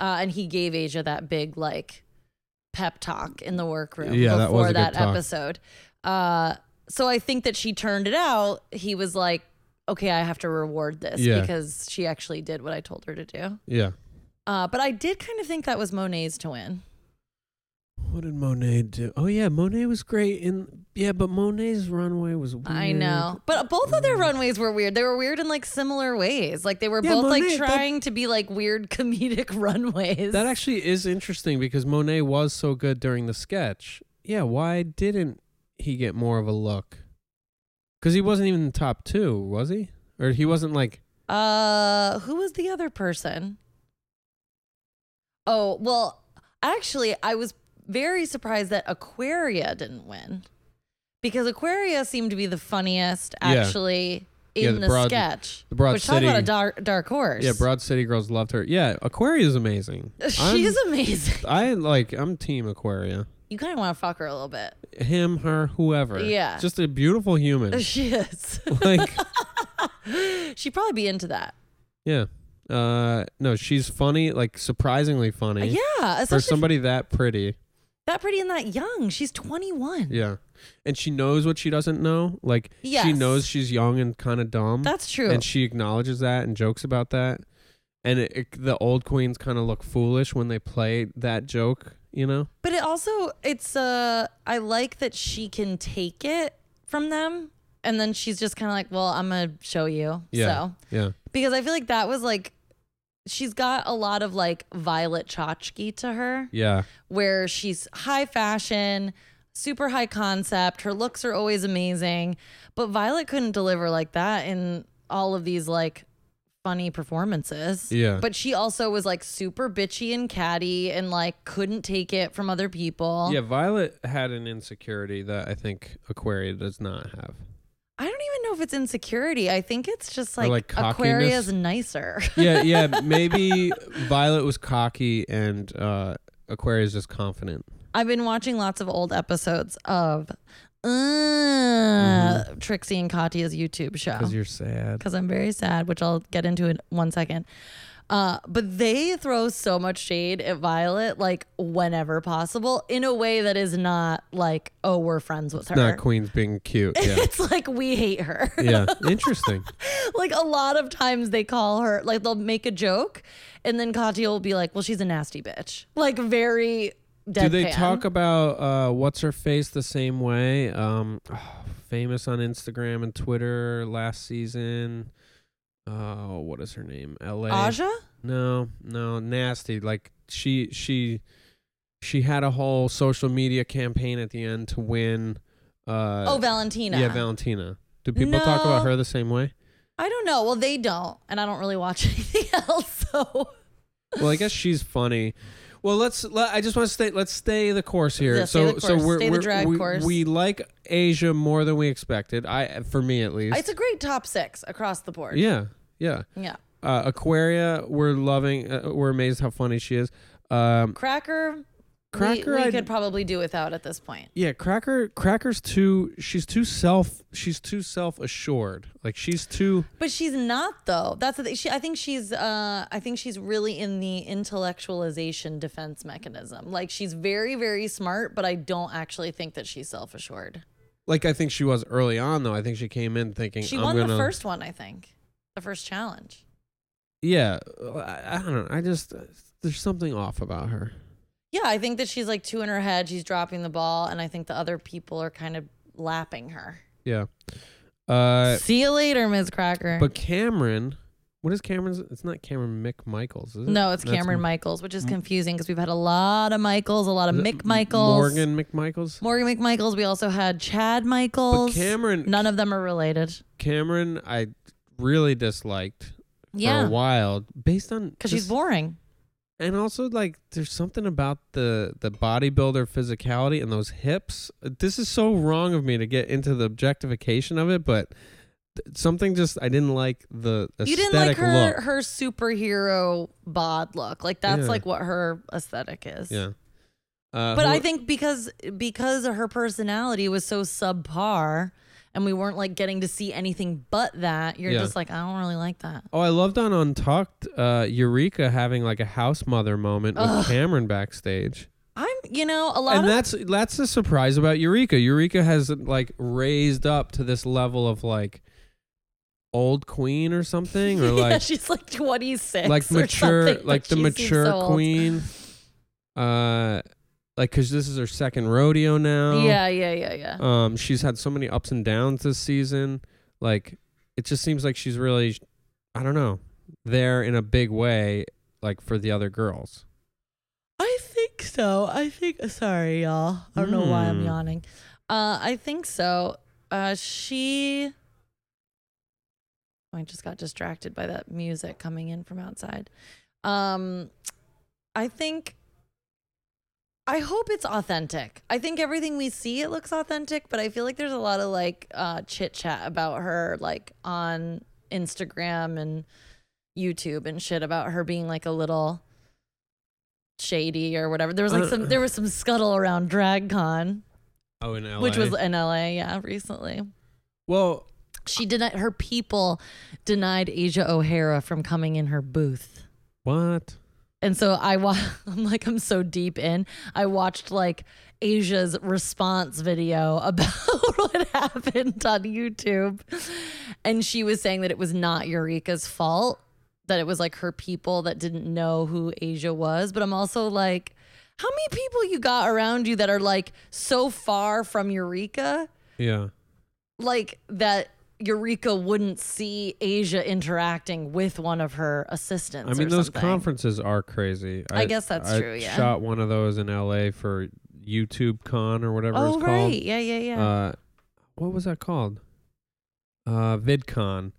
S1: Uh, and he gave Asia that big like pep talk in the workroom
S2: Yeah, that was
S1: before
S2: a good
S1: that,
S2: talk.
S1: episode. Uh, so I think that she turned it out. He was like, okay, I have to reward this
S2: Yeah.
S1: because she actually did what I told her to do.
S2: yeah.
S1: Uh, but I did kind of think that was Monet's to win.
S2: What did Monet do? Oh yeah, Monet was great in yeah, but Monet's runway was. Weird.
S1: I know. But both of their runways were weird. They were weird in like similar ways. Like they were
S2: Yeah,
S1: both
S2: Monet,
S1: like
S2: that-
S1: trying to be like weird comedic runways.
S2: That actually is interesting because Monet was so good during the sketch. Yeah, why didn't he get more of a look? Because he wasn't even in the top two, was he? Or he wasn't like
S1: uh who was the other person? Oh, well, actually I was very surprised that Aquaria didn't win. Because Aquaria seemed to be the funniest
S2: Yeah.
S1: actually
S2: Yeah,
S1: in
S2: the
S1: the,
S2: Broad-
S1: sketch.
S2: the Broad
S1: Which talk about
S2: City-
S1: a dark dark horse.
S2: Yeah, Broad City Girls loved her. Yeah, Aquaria is amazing.
S1: She's amazing.
S2: I like. I'm Team Aquaria.
S1: You kind of want to fuck her a little bit.
S2: Him, her, whoever.
S1: Yeah.
S2: just a beautiful human.
S1: She is.
S2: like,
S1: She'd probably be into that.
S2: yeah. Uh, no, she's funny. Like surprisingly funny
S1: Yeah,
S2: for
S1: especially
S2: somebody that pretty.
S1: that pretty and that young. She's 21.
S2: Yeah, and she knows what she doesn't know. Like, she
S1: Yes.
S2: knows she's young and kind of dumb,
S1: That's true.
S2: and she acknowledges that and jokes about that. And it, it, the old queens kind of look foolish when they play that joke. You know.
S1: but it also it's uh I like that she can take it from them and then she's just kind of like, "Well, I'm going to show you."
S2: Yeah.
S1: So,
S2: Yeah.
S1: because I feel like that was like she's got a lot of like Violet Chachki to her
S2: Yeah.
S1: where she's high fashion, super high concept, her looks are always amazing, but Violet couldn't deliver like that in all of these like funny performances.
S2: Yeah.
S1: But she also was like super bitchy and catty and like couldn't take it from other people.
S2: Yeah, Violet had an insecurity that I think Aquaria does not have.
S1: I don't even know if it's insecurity. I think it's just
S2: Or,
S1: like,
S2: like, cockiness?
S1: Aquaria's nicer.
S2: Yeah, yeah. Maybe Violet was cocky and uh, Aquaria's just confident.
S1: I've been watching lots of old episodes of uh,
S2: Mm-hmm.
S1: Trixie and Katya's YouTube show.
S2: Because you're sad.
S1: because I'm very sad, which I'll get into in one second. Uh, but they throw so much shade at Violet, like whenever possible, in a way that is not like, oh, we're friends with her.
S2: Not Queen's being cute. Yeah.
S1: It's like we hate her.
S2: yeah. Interesting.
S1: like a lot of times they call her, like they'll make a joke, and then Katya will be like, well, she's a nasty bitch. Like very deadpan.
S2: Do they talk about uh, what's her face the same way? Um, famous on Instagram and Twitter last season. Oh, what is her name? LA.
S1: Aja?
S2: No, no, nasty. Like she she she had a whole social media campaign at the end to win uh
S1: oh, Valentina.
S2: Yeah, Valentina. Do people talk about
S1: No.
S2: her the same way?
S1: I don't know. Well, they don't, and I don't really watch anything else, so.
S2: Well, I guess she's funny. Well, let's let, I just want to stay let's stay the course here.
S1: Yeah, stay
S2: so
S1: the
S2: so
S1: course.
S2: we're,
S1: Stay the
S2: we're-
S1: drag
S2: we,
S1: course.
S2: we like Asia more than we expected. I for me at least.
S1: It's a great top six across the board.
S2: yeah. Yeah.
S1: Yeah.
S2: Uh, Aquaria, we're loving uh, we're amazed how funny she is. Um
S1: Cracker. we-
S2: Cracker,
S1: we,
S2: I'd-
S1: could probably do without at this point.
S2: Yeah, Cracker Cracker's too she's too self she's too self assured. Like she's too
S1: But she's not though. That's the thing. She, I think she's. Uh, I think she's really in the intellectualization defense mechanism. Like she's very, very smart, but I don't actually think that she's self-assured.
S2: like I think she was early on though. I think she came in thinking
S1: She
S2: I'm
S1: won
S2: gonna
S1: the first one, I think, the first challenge.
S2: Yeah, I, I don't know. I just there's something off about her.
S1: Yeah, I think that she's like two in her head. She's dropping the ball, and I think the other people are kind of lapping her.
S2: Yeah. Uh,
S1: See you later, Ms. Cracker.
S2: but Cameron, what is Cameron's? It's not Cameron McMichaels, is it?
S1: no, it's
S2: That's
S1: Cameron
S2: M-
S1: Michaels, which is confusing because we've had a lot of Michaels, a lot of
S2: Is it
S1: Mick Michaels,
S2: Morgan McMichaels.
S1: Morgan McMichaels. We also had Chad
S2: But
S1: Michaels.
S2: Cameron,
S1: None of them are related.
S2: Cameron, I really disliked for a
S1: Yeah,
S2: while based on
S1: because she's
S2: just-
S1: boring.
S2: and also like there's something about the the bodybuilder physicality and those hips this is so wrong of me to get into the objectification of it but th- something just i didn't like the aesthetic
S1: You didn't like her
S2: look
S1: her superhero bod look. Like that's
S2: Yeah.
S1: like what her aesthetic is.
S2: yeah uh,
S1: But
S2: who-
S1: I think because because her personality was so subpar and we weren't like getting to see anything but that, you're
S2: Yeah.
S1: just like, I don't really like that.
S2: oh i loved on untucked uh eureka having like a house mother moment with
S1: Ugh.
S2: cameron backstage
S1: I'm you know, a lot
S2: and
S1: of
S2: that's that's the surprise about eureka eureka has like raised up to this level of like old queen or something or like
S1: yeah, she's like twenty six.
S2: like mature like the mature
S1: so old.
S2: queen uh like because this is her second rodeo now
S1: Yeah, yeah, yeah, yeah.
S2: um she's had so many ups and downs this season like it just seems like she's really i don't know there in a big way like for the other girls
S1: I think so. I think sorry, y'all. I don't know why I'm
S2: Hmm.
S1: yawning. Uh I think so. Uh she I just got distracted by that music coming in from outside. Um I think I hope it's authentic. I think everything we see it looks authentic, but I feel like there's a lot of like uh chit chat about her like on Instagram and YouTube and shit about her being like a little shady or whatever. There was like some there was some scuttle around DragCon,
S2: oh in LA.
S1: which was in LA, yeah, recently.
S2: well
S1: She denied her people denied Asia O'Hara from coming in her booth.
S2: what
S1: And so I wa- I'm like I'm so deep in. I watched like Asia's response video about what happened on YouTube. And she was saying that it was not Eureka's fault, that it was like her people that didn't know who Asia was, but I'm also like how many people you got around you that are like so far from Eureka
S2: yeah
S1: like that Eureka wouldn't see Asia interacting with one of her assistants.
S2: I mean,
S1: or
S2: those
S1: something.
S2: conferences are crazy.
S1: I guess that's
S2: I
S1: true, yeah.
S2: shot one of those in LA for YouTube Con or whatever
S1: Oh
S2: it's
S1: right,
S2: called.
S1: yeah, yeah, yeah.
S2: Uh, what was that called? Uh, VidCon,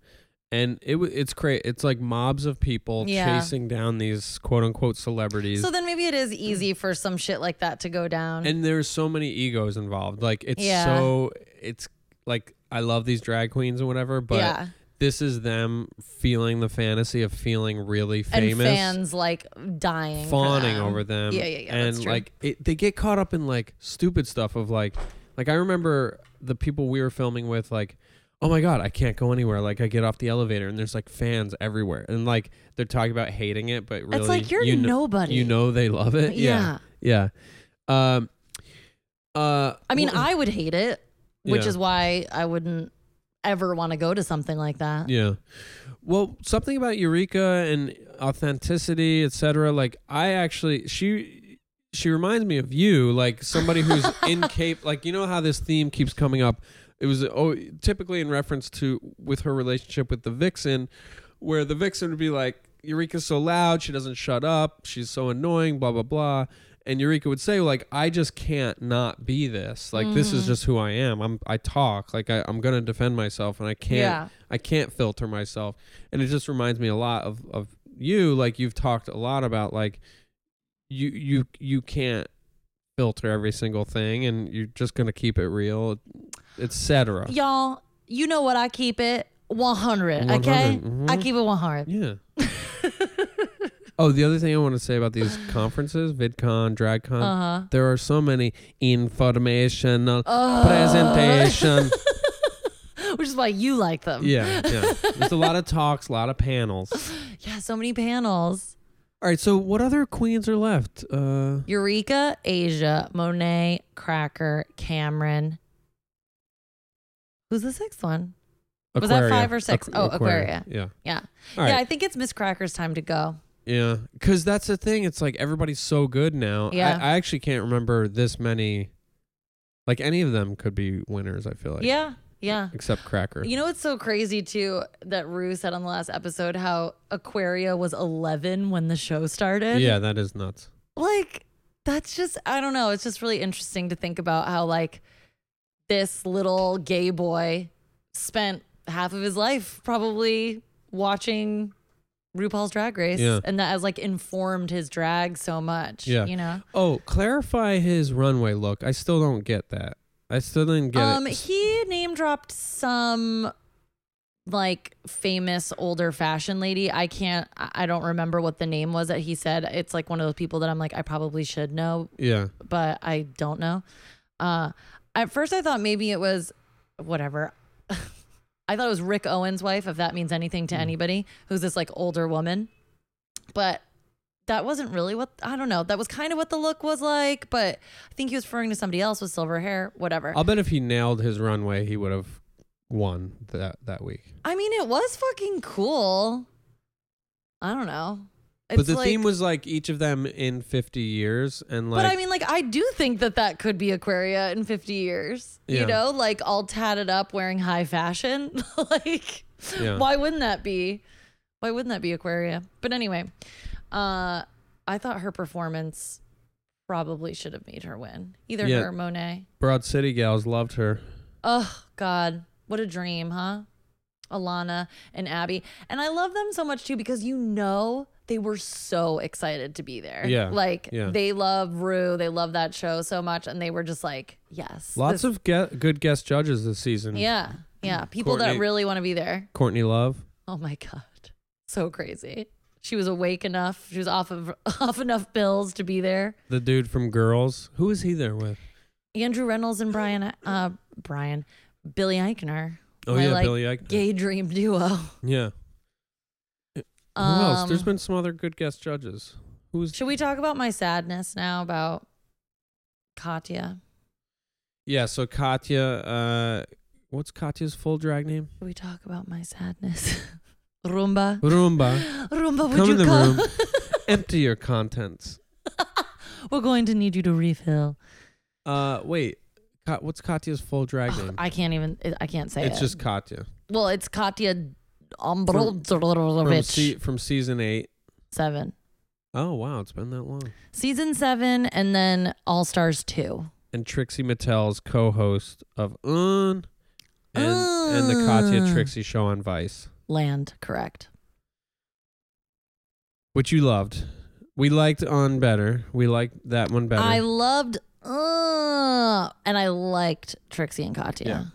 S2: and it w- it's crazy. It's like mobs of people
S1: Yeah.
S2: chasing down these quote unquote celebrities.
S1: So then maybe it is easy for some shit like that to go down.
S2: and there's so many egos involved. Like it's
S1: Yeah.
S2: so it's like I love these drag queens and whatever, but
S1: yeah,
S2: this is them feeling the fantasy of feeling really
S1: and
S2: famous.
S1: fans like dying, for
S2: fawning
S1: them.
S2: over them.
S1: Yeah, yeah, yeah,
S2: And
S1: that's true.
S2: like it, they get caught up in like stupid stuff of like, like I remember the people we were filming with like. Oh my god, I can't go anywhere. Like I get off the elevator and there's like fans everywhere. And like they're talking about hating it, but really
S1: it's like you're
S2: you know,
S1: nobody.
S2: you know they love it.
S1: yeah.
S2: Yeah. yeah. Um uh
S1: I mean,
S2: wh-
S1: I would hate it, which
S2: Yeah.
S1: is why I wouldn't ever want to go to something like that.
S2: Yeah. Well, something about Eureka and authenticity, etc. Like I actually she she reminds me of you, like somebody who's in cape like you know how this theme keeps coming up. It was oh, typically in reference to with her relationship with the vixen where the vixen would be like Eureka's so loud, she doesn't shut up, she's so annoying, blah blah blah. And Eureka would say like I just can't not be this. Like this is just who I am. I'm I talk like I, I'm gonna defend myself and I can't
S1: Yeah.
S2: I can't filter myself. And it just reminds me a lot of, of you. Like you've talked a lot about like you you you can't filter every single thing and you're just gonna keep it real, etc.
S1: Y'all, you know what? I keep it 100, okay?
S2: 100, mhm.
S1: I keep it 100.
S2: Yeah. oh, the other thing I want to say about these conferences, VidCon, DragCon,
S1: Uh-huh.
S2: there are so many uh, informational
S1: Ugh.
S2: presentation.
S1: Uh-huh. which is why you like them.
S2: yeah, yeah. There's a lot of talks, a lot of panels.
S1: Yeah, so many panels.
S2: All right, so what other queens are left? Uh
S1: Eureka, Asia, Monet, Cracker, Cameron. Who's the sixth one? Was that five or six? Oh, Aquaria.
S2: Yeah.
S1: Yeah.
S2: All
S1: yeah,
S2: right.
S1: I think it's Miss Cracker's time to go.
S2: Yeah. Because that's the thing. It's like everybody's so good now.
S1: Yeah.
S2: I, I actually can't remember this many. Like any of them could be winners, I feel like.
S1: yeah. Yeah.
S2: except Cracker.
S1: You know what's so crazy too that Rue said on the last episode how Aquaria was 11 when the show started.
S2: yeah, that is nuts.
S1: Like that's just I don't know, it's just really interesting to think about how like this little gay boy spent half of his life probably watching RuPaul's Drag Race
S2: Yeah.
S1: and that has like informed his drag so much,
S2: Yeah.
S1: you know.
S2: Oh, clarify his runway look. I still don't get that. I still didn't get
S1: um
S2: it.
S1: he name dropped some like famous older fashion lady i can't i I don't remember what the name was that he said it's like one of those people that i'm like i probably should know
S2: yeah,
S1: but i don't know uh at first i thought maybe it was whatever i thought it was rick owen's wife if that means anything
S2: Hmm.
S1: to anybody who's this like older woman but that wasn't really what i don't know that was kind of what the look was like but i think he was referring to somebody else with silver hair whatever
S2: I'll bet if he nailed his runway, he would have won that that week.
S1: I mean, it was fucking cool. I don't know. It's
S2: but the
S1: like,
S2: theme was like each of them in 50 years, and like
S1: but I mean, like, I do think that that could be Aquaria in 50 years.
S2: Yeah.
S1: You know, like all tatted up, wearing high fashion. like,
S2: Yeah.
S1: why wouldn't that be? Why wouldn't that be Aquaria? But anyway, uh, I thought her performance probably should have made her win. Either
S2: Yeah.
S1: her or Monet.
S2: Broad City gals loved her.
S1: Oh God, what a dream, huh? Alana and Abby, and I love them so much too because you know they were so excited to be there.
S2: Yeah,
S1: like
S2: yeah.
S1: they love Rue, they love that show so much, and they were just like, yes,
S2: Lots
S1: this-
S2: of ge- good guest judges this season.
S1: yeah, yeah, people that
S2: Courtney-
S1: really want to be there.
S2: Courtney Love.
S1: Oh my God, so crazy. She was awake enough. She was off of off enough pills to be there.
S2: The dude from Girls. Who was he there with?
S1: Andrew Reynolds and Brian, uh, Brian, Billy Eichner.
S2: Oh,
S1: my,
S2: yeah,
S1: like,
S2: Billy Eichner.
S1: Gay dream duo. Um,
S2: yeah. Who else? There's been some other good guest judges. Who's
S1: Should we talk about my sadness now about Katya?
S2: yeah? So Katya, uh, what's Katya's full drag name?
S1: Should we talk about my sadness? Rumba.
S2: Roomba.
S1: Rumba, would
S2: Come
S1: you
S2: in the
S1: come?
S2: room. Empty your contents.
S1: We're going to need you to refill.
S2: Uh, wait. Ka- what's Katya's full drag
S1: Ugh,
S2: name?
S1: I can't even, I can't say
S2: it's
S1: it.
S2: just Katya
S1: well, it's Katya
S2: from,
S1: Ombrodrovic.
S2: se- from season eight.
S1: seven.
S2: Oh wow, it's been that long.
S1: Season seven and then All Stars two.
S2: And Trixie Mattel's co-host of Un and, and the Katya
S1: Ah.
S2: Trixie show on Vice,
S1: Land, correct.
S2: which you loved. We liked Un better. We liked that one better.
S1: I loved, uh, and I liked Trixie and Katya.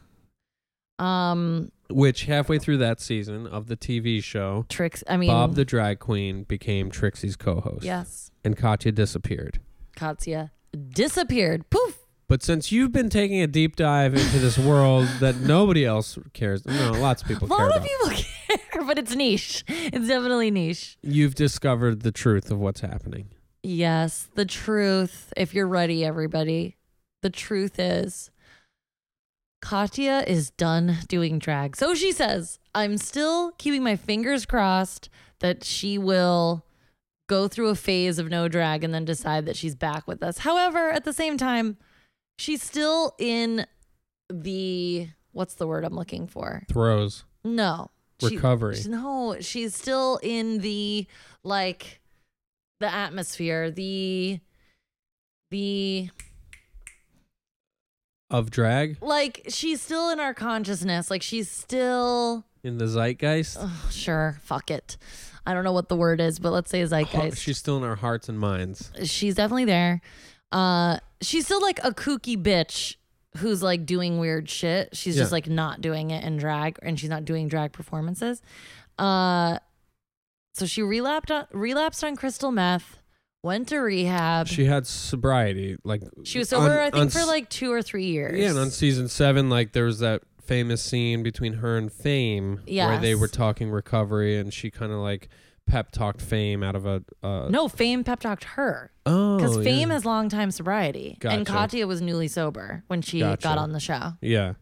S1: Um,
S2: which halfway through that season of the TV show,
S1: Trix, I mean,
S2: Bob the drag queen became Trixie's co-host,
S1: yes.
S2: and Katya disappeared.
S1: Katya disappeared. Poof.
S2: But since you've been taking a deep dive into this world that nobody else cares, no, lots of people
S1: a
S2: care
S1: lot of
S2: about,
S1: people care, but it's niche. It's definitely niche.
S2: you've discovered the truth of what's happening.
S1: Yes, the truth. If you're ready, everybody, the truth is Katya is done doing drag. So she says, I'm still keeping my fingers crossed that she will go through a phase of no drag and then decide that she's back with us. However, at the same time, she's still in the what's the word I'm looking for?
S2: Throws
S1: No. She-
S2: recovery.
S1: she- no, she's still in the like the atmosphere, the the
S2: of drag
S1: like she's still in our consciousness. Like she's still
S2: in the zeitgeist.
S1: oh, sure, fuck it. I don't know what the word is, but let's say
S2: Ho-
S1: zeitgeist.
S2: She's still in our hearts and minds.
S1: she's definitely there. Uh, she's still like a kooky bitch who's like doing weird shit. She's just
S2: Yeah.
S1: like not doing it in drag, and she's not doing drag performances. Uh, so she relapsed on, relapsed on crystal meth, went to rehab. She,
S2: She had sobriety, like
S1: was
S2: on-
S1: sober, I
S2: on
S1: think, for
S2: s-
S1: like two or three years.
S2: yeah. And on season seven, like there was that famous scene between her and Fame, where they
S1: Yes.
S2: were talking recovery, and she kind of like pep talked Fame out of a uh,
S1: no, Fame pep talked her
S2: oh
S1: because
S2: yeah.
S1: Fame has long time sobriety, and
S2: Gotcha.
S1: Katya was newly sober when she got
S2: Gotcha.
S1: on the show.
S2: yeah.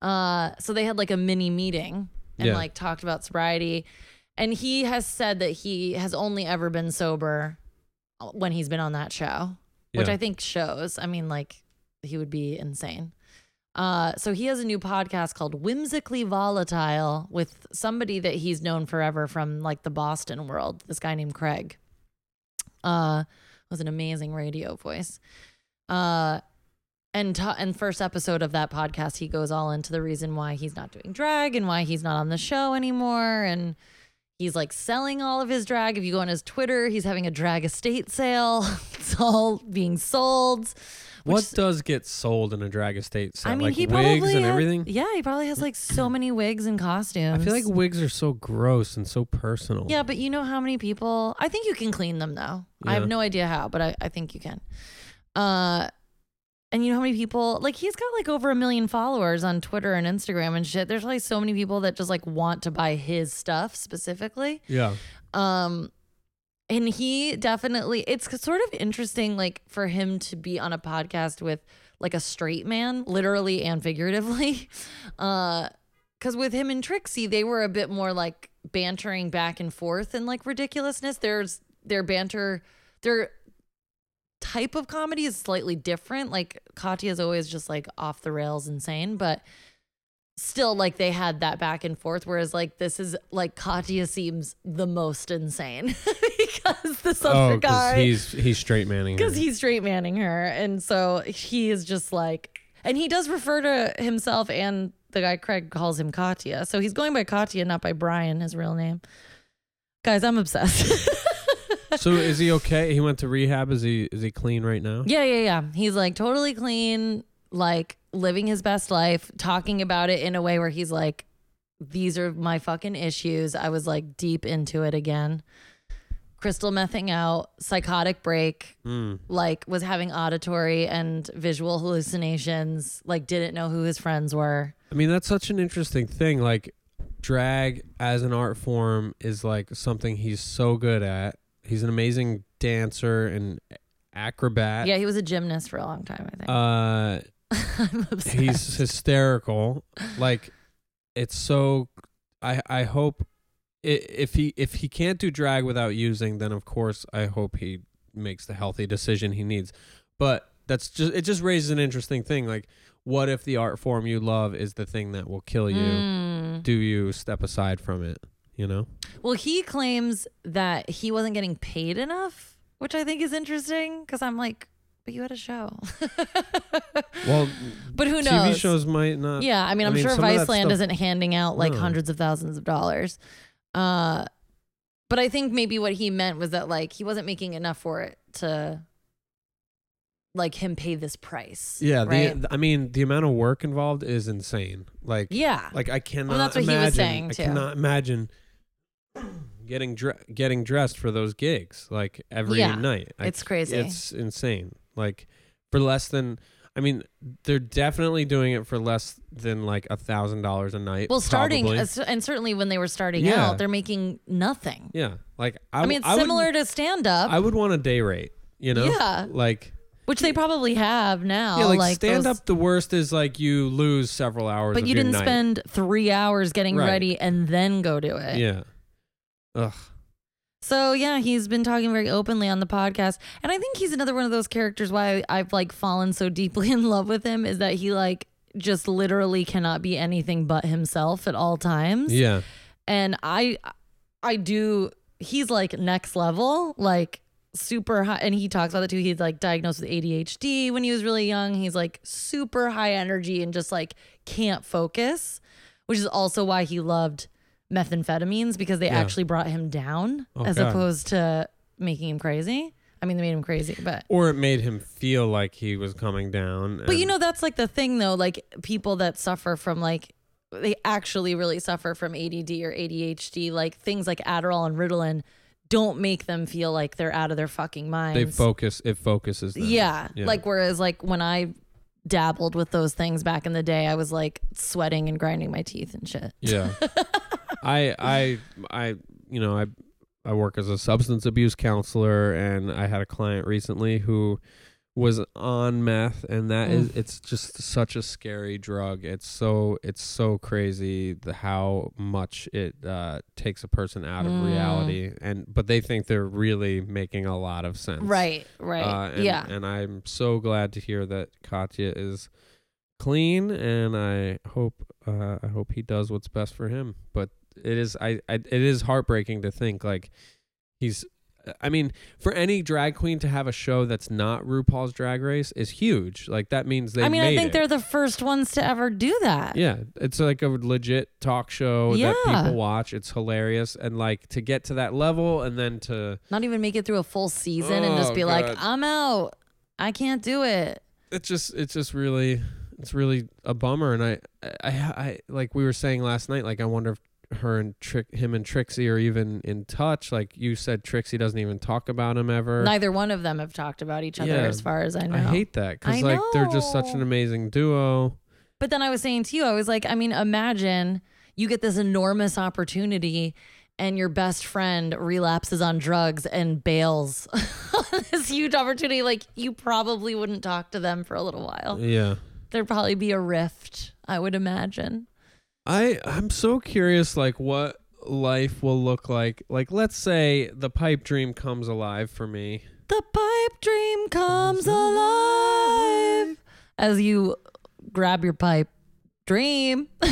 S1: Uh, so they had like a mini meeting and
S2: Yeah.
S1: like talked about sobriety. And he has said that he has only ever been sober when he's been on that show, which
S2: Yeah.
S1: I think shows. I mean, like he would be insane. Uh, so he has a new podcast called Whimsically Volatile with somebody that he's known forever from like the Boston world. This guy named Craig. Uh, was an amazing radio voice. Uh, and ta- and first episode of that podcast, he goes all into the reason why he's not doing drag and why he's not on the show anymore, and he's like selling all of his drag. If you go on his Twitter, he's having a drag estate sale. it's all being sold. which
S2: What does get sold in a drag estate sale?
S1: I mean,
S2: like
S1: he probably
S2: wigs and
S1: has-
S2: everything.
S1: Yeah, he probably has like so many wigs and costumes.
S2: I feel like wigs are so gross and so personal.
S1: Yeah, but you know how many people? I think you can clean them though. I
S2: Yeah.
S1: have no idea how, but I, I think you can. Uh, and you know how many people? Like he's got like over a million followers on Twitter and Instagram and shit. There's like so many people that just like want to buy his stuff specifically.
S2: Yeah.
S1: Um, and he definitely, it's sort of interesting, like for him to be on a podcast with like a straight man, literally and figuratively. Uh, cause with him and Trixie, they were a bit more like bantering back and forth and like ridiculousness. There's their banter, their type of comedy is slightly different. Like Katya is always just like off the rails insane, but still like they had that back and forth whereas like this is like katya seems the most insane because this other
S2: Oh,
S1: guy
S2: he's he's straight manning.
S1: because
S2: her.
S1: he's straight manning her and so he is just like and he does refer to himself and the guy craig calls him katya so he's going by katya not by brian his real name guys i'm obsessed
S2: so is he okay? He went to rehab. Is he is he clean right now?
S1: yeah yeah yeah he's like totally clean like living his best life talking about it in a way where he's like these are my fucking issues i was like deep into it again crystal mething out psychotic break
S2: Mm.
S1: like was having auditory and visual hallucinations like didn't know who his friends were
S2: I mean, that's such an interesting thing. Like, drag as an art form is like something he's so good at. He's an amazing dancer and acrobat.
S1: yeah he was a gymnast for a long time i think
S2: Uh,
S1: i'm obsessed
S2: he's hysterical. Like, it's so. I I hope i- if he if he can't do drag without using, then of course I hope he makes the healthy decision he needs. But that's just it. Just raises an interesting thing. Like, what if the art form you love is the thing that will kill you?
S1: Mm.
S2: do you step aside from it? You know,
S1: well he claims that he wasn't getting paid enough which i think is interesting because i'm like but you had a show
S2: well,
S1: but who
S2: TV
S1: knows
S2: shows might not.
S1: yeah i mean
S2: I
S1: i'm
S2: mean,
S1: sure
S2: some of that
S1: viceland
S2: stuff-
S1: isn't handing out like
S2: No.
S1: hundreds of thousands of dollars uh but i think maybe what he meant was that like he wasn't making enough for it to like him pay this price
S2: yeah. The,
S1: right?
S2: I mean, the amount of work involved is insane. Like,
S1: yeah
S2: like I cannot.
S1: that's what he was
S2: imagine,
S1: saying,
S2: I
S1: too.
S2: cannot imagine getting dre- getting dressed for those gigs like every
S1: Yeah,
S2: night. I
S1: it's crazy.
S2: It's insane. Like for less than. I mean, they're definitely doing it for less than like a thousand dollars a night.
S1: well starting
S2: probably.
S1: as- and certainly when they were starting
S2: Yeah.
S1: out they're making nothing
S2: yeah, like I,
S1: i,
S2: w-
S1: mean it's
S2: would-
S1: similar to stand up
S2: I would want a day rate. You know,
S1: Yeah.
S2: like
S1: which they probably have now
S2: Yeah, like,
S1: those-
S2: stand up. The worst is like you lose several hours.
S1: but
S2: of
S1: you
S2: your
S1: didn't
S2: night.
S1: spend three hours getting
S2: Right.
S1: ready and then go do it
S2: Yeah. Ugh.
S1: So yeah, he's been talking very openly on the podcast, and I think he's another one of those characters. Why I've like fallen so deeply in love with him is that he like just literally cannot be anything but himself at all times.
S2: Yeah.
S1: And I, I do. He's like next level, like super high, and he talks about it too. He's like diagnosed with ADHD when he was really young. He's like super high energy and just like can't focus, which is also why he loved methamphetamines because they
S2: Yeah.
S1: actually brought him down
S2: Oh,
S1: as
S2: God.
S1: opposed to making him crazy. I mean, they made him crazy, but
S2: Or it made him feel like he was coming down.
S1: but you
S2: and-
S1: know that's like the thing though, like people that suffer from like they actually really suffer from ADD or ADHD, like things like Adderall and Ritalin don't make them feel like they're out of their fucking minds.
S2: they focus. It focuses. Them.
S1: Yeah.
S2: Yeah.
S1: Like whereas like when I dabbled with those things back in the day, I was like sweating and grinding my teeth and shit.
S2: Yeah. I I I you know I I work as a substance abuse counselor and I had a client recently who was on meth and that is it's just such a scary drug. It's so it's so crazy the how much it uh, takes a person out of reality and but they think they're really making a lot of sense.
S1: Right, right.
S2: Uh, and,
S1: yeah.
S2: And I'm so glad to hear that Katya is clean, and I hope uh, I hope he does what's best for him. But it is I, I it is heartbreaking to think like he's. I mean, for any drag queen to have a show that's not RuPaul's Drag Race is huge. Like that means they.
S1: I mean, I
S2: made
S1: think
S2: it.
S1: they're the first ones to ever do that.
S2: Yeah, it's like a legit talk show that
S1: Yeah.
S2: people watch. It's hilarious, and like to get to that level, and then to
S1: Not even make it through a full season and just
S2: Oh,
S1: be
S2: God.
S1: like, I'm out. I can't do it.
S2: it's just it's just really it's really a bummer. And I I, I like we were saying last night, like I wonder if her and Trick him and Trixie are even in touch. Like you said, Trixie doesn't even talk about him ever.
S1: Neither one of them have talked about each other
S2: Yeah.
S1: as far as I know.
S2: I hate that because
S1: I
S2: like they're just such an
S1: know.
S2: amazing duo.
S1: But then I was saying to you, I was like, I mean, imagine you get this enormous opportunity and your best friend relapses on drugs and bails on this huge opportunity. Like, you probably wouldn't talk to them for a little while.
S2: Yeah.
S1: There'd probably be a rift, I would imagine.
S2: I I'm so curious like what life will look like. Like let's say the pipe dream comes alive for me.
S1: The pipe dream comes alive as you grab your pipe dream.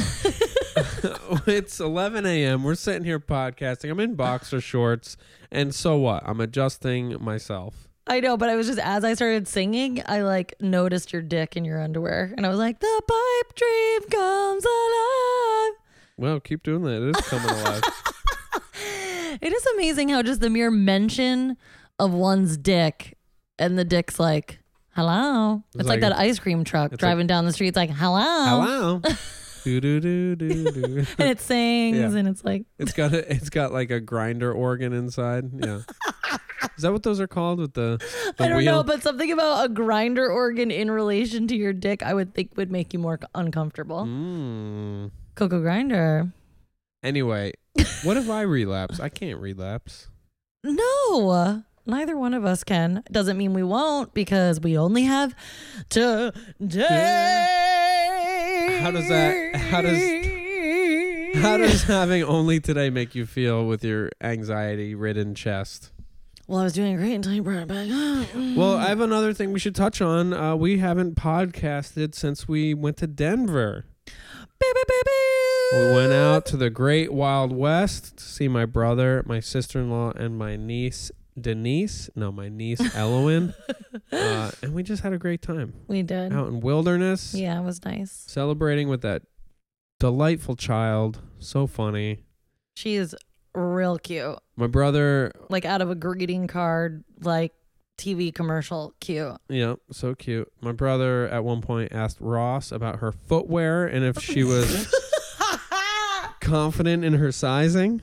S2: it's 11 a.m. We're sitting here podcasting. I'm in boxer shorts, and so what? I'm adjusting myself.
S1: I know, but I was just as I started singing, I like noticed your dick in your underwear, and I was like, "The pipe dream comes alive."
S2: Well, keep doing that. It is coming alive.
S1: It is amazing how just the mere mention of one's dick, and the dick's like, "Hello." It's, like,
S2: like-
S1: that ice cream truck
S2: it's
S1: driving down the street. It's like, "Hello,",
S2: Hello. do do do do do.
S1: and it sings,
S2: Yeah.
S1: and it's like,
S2: It's got a, it's got like a grinder organ inside. Yeah. Is that what those are called with the, the
S1: I don't
S2: wheel?
S1: know, but something about a grinder organ in relation to your dick, I would think would make you more uncomfortable.
S2: Mm.
S1: Coco grinder.
S2: Anyway, what if I relapse? I can't relapse.
S1: No, neither one of us can. Doesn't mean we won't because we only have today. How
S2: does that- how
S1: does?
S2: How does having only today make you feel with your anxiety ridden chest?
S1: Well, I was doing great until you brought it back up.
S2: Well, I have another thing we should touch on. Uh, we haven't podcasted since we went to Denver. We went out to the great wild west to see my brother, my sister in law, and my niece, Denise. No, my niece, Elowen. uh, and we just had a great time
S1: We did.
S2: out in wilderness,
S1: Yeah, it was nice.
S2: celebrating with that delightful child. So funny.
S1: She is real cute.
S2: My brother,
S1: Like out of a greeting card, like TV commercial, cute.
S2: yeah, so cute. My brother at one point asked Ross about her footwear and if
S1: Oh,
S2: she was. confident in her sizing.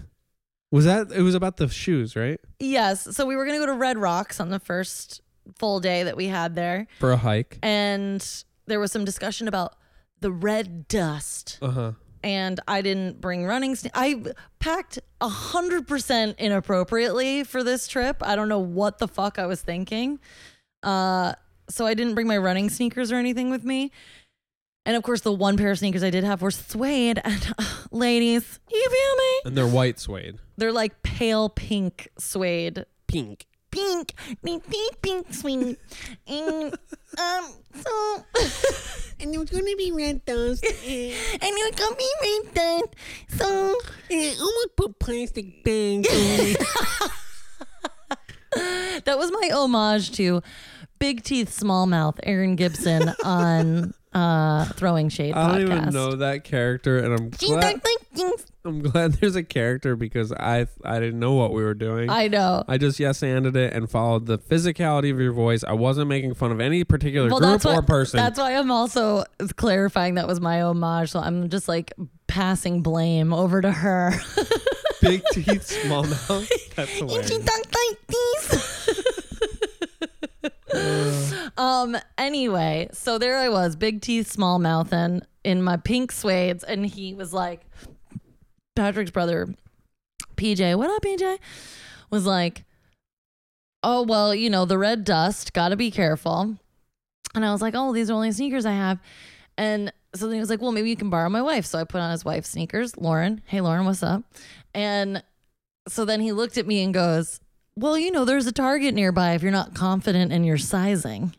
S2: Was that it was about the shoes, right?
S1: yes. So we were gonna go to Red Rocks on the first full day that we had there.
S2: For a hike.
S1: and there was some discussion about the red dust
S2: Uh-huh.
S1: and i didn't bring running sne- i packed 100% inappropriately for this trip i don't know what the fuck i was thinking uh, so i didn't bring my running sneakers or anything with me and of course the one pair of sneakers i did have were suede and ladies you feel me
S2: And they're white suede.
S1: they're like pale pink suede. Pink. Pink. Pink, pink, pink suede. and, um, so. and it's gonna be red dust. and it's gonna be red dust. So.
S2: put plastic bags on
S1: That was my homage to Big Teeth Small Mouth Aaron Gibson on uh, Throwing Shade
S2: I don't
S1: podcast.
S2: even know that character and I'm
S1: She don't
S2: glad,
S1: think things-
S2: I'm glad there's a character because I I didn't know what we were doing.
S1: I know.
S2: I just yes anded it and followed the physicality of your voice. I wasn't making fun of any particular group
S1: why,
S2: or person.
S1: That's why I'm also clarifying that was my homage. So I'm just like passing blame over to her.
S2: Big teeth, small mouth. That's hilarious.
S1: um. Anyway, so there I was, big teeth, small mouth, and in my pink suedes, and he was like, Patrick's brother, PJ. What up, PJ? Was like, oh well, you know the red dust. Got to be careful. And I was like, oh, these are only sneakers I have. And so then he was like, well, maybe you can borrow my wife. So I put on his wife's sneakers, Lauren. Hey, Lauren, what's up? And so then he looked at me and goes, well, you know, there's a Target nearby if you're not confident in your sizing.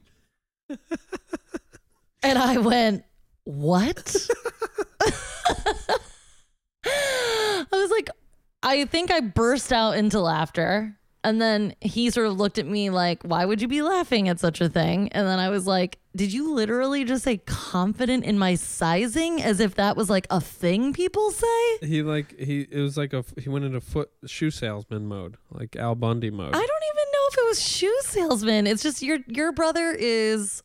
S1: and I went, what? I was like, I think I burst out into laughter. And then he sort of looked at me like, why would you be laughing at such a thing? And then I was like, did you literally just say confident in my sizing as if that was like a thing people say?
S2: He like he it was like a f- he went into foot shoe salesman mode, like Al Bundy mode.
S1: I don't even know if it was shoe salesman. It's just your your brother is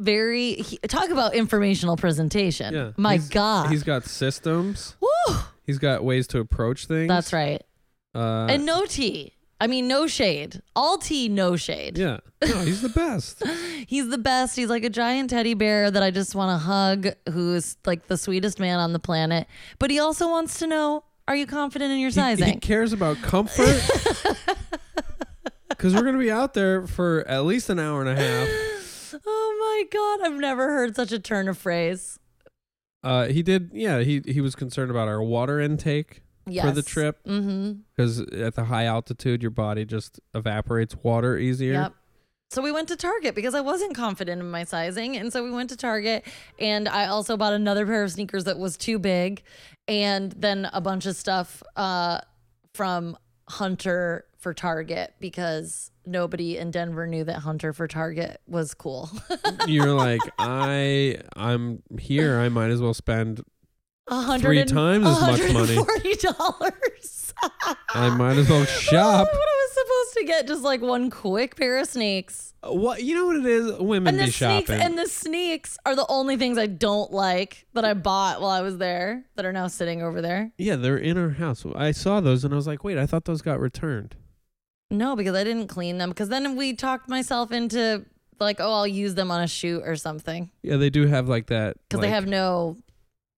S1: very he, talk about informational presentation.
S2: yeah,
S1: My
S2: He's-
S1: God.
S2: he's got systems.
S1: Woo!
S2: He's got ways to approach things.
S1: That's right.
S2: Uh,
S1: and no tea. I mean, no shade. All tea, no shade.
S2: yeah, no, he's the best.
S1: He's the best. He's like a giant teddy bear that I just want to hug, who's like the sweetest man on the planet. But he also wants to know are you confident in your
S2: He- He,
S1: sizing?
S2: cares about comfort. Because we're gonna be out there for at least an hour and a half.
S1: oh my God. I've never heard such a turn of phrase.
S2: Uh, he did. Yeah, he he was concerned about our water intake
S1: Yes.
S2: for the trip
S1: Mm-hmm.
S2: because at the high altitude, your body just evaporates water easier.
S1: Yep. So we went to Target because I wasn't confident in my sizing. And so we went to Target and I also bought another pair of sneakers that was too big and then a bunch of stuff uh, from Hunter for Target because nobody in Denver knew that Hunter for Target was cool.
S2: You're like, I I'm here. I might as well spend.
S1: A hundred
S2: Three
S1: and-
S2: times as much money.
S1: $140.
S2: I might as well shop.
S1: What I was supposed to get just like one quick pair of sneaks.
S2: What you know what it is? Women
S1: and
S2: be
S1: the
S2: shopping.
S1: sneaks and the sneaks are the only things I don't like that I bought while I was there that are now sitting over there.
S2: yeah, they're in our house. I saw those and I was like, wait, I thought those got returned.
S1: No, because I didn't clean them. Because then we talked myself into like, oh, I'll use them on a shoot or something.
S2: Yeah, they do have like that.
S1: Because
S2: like,
S1: they have no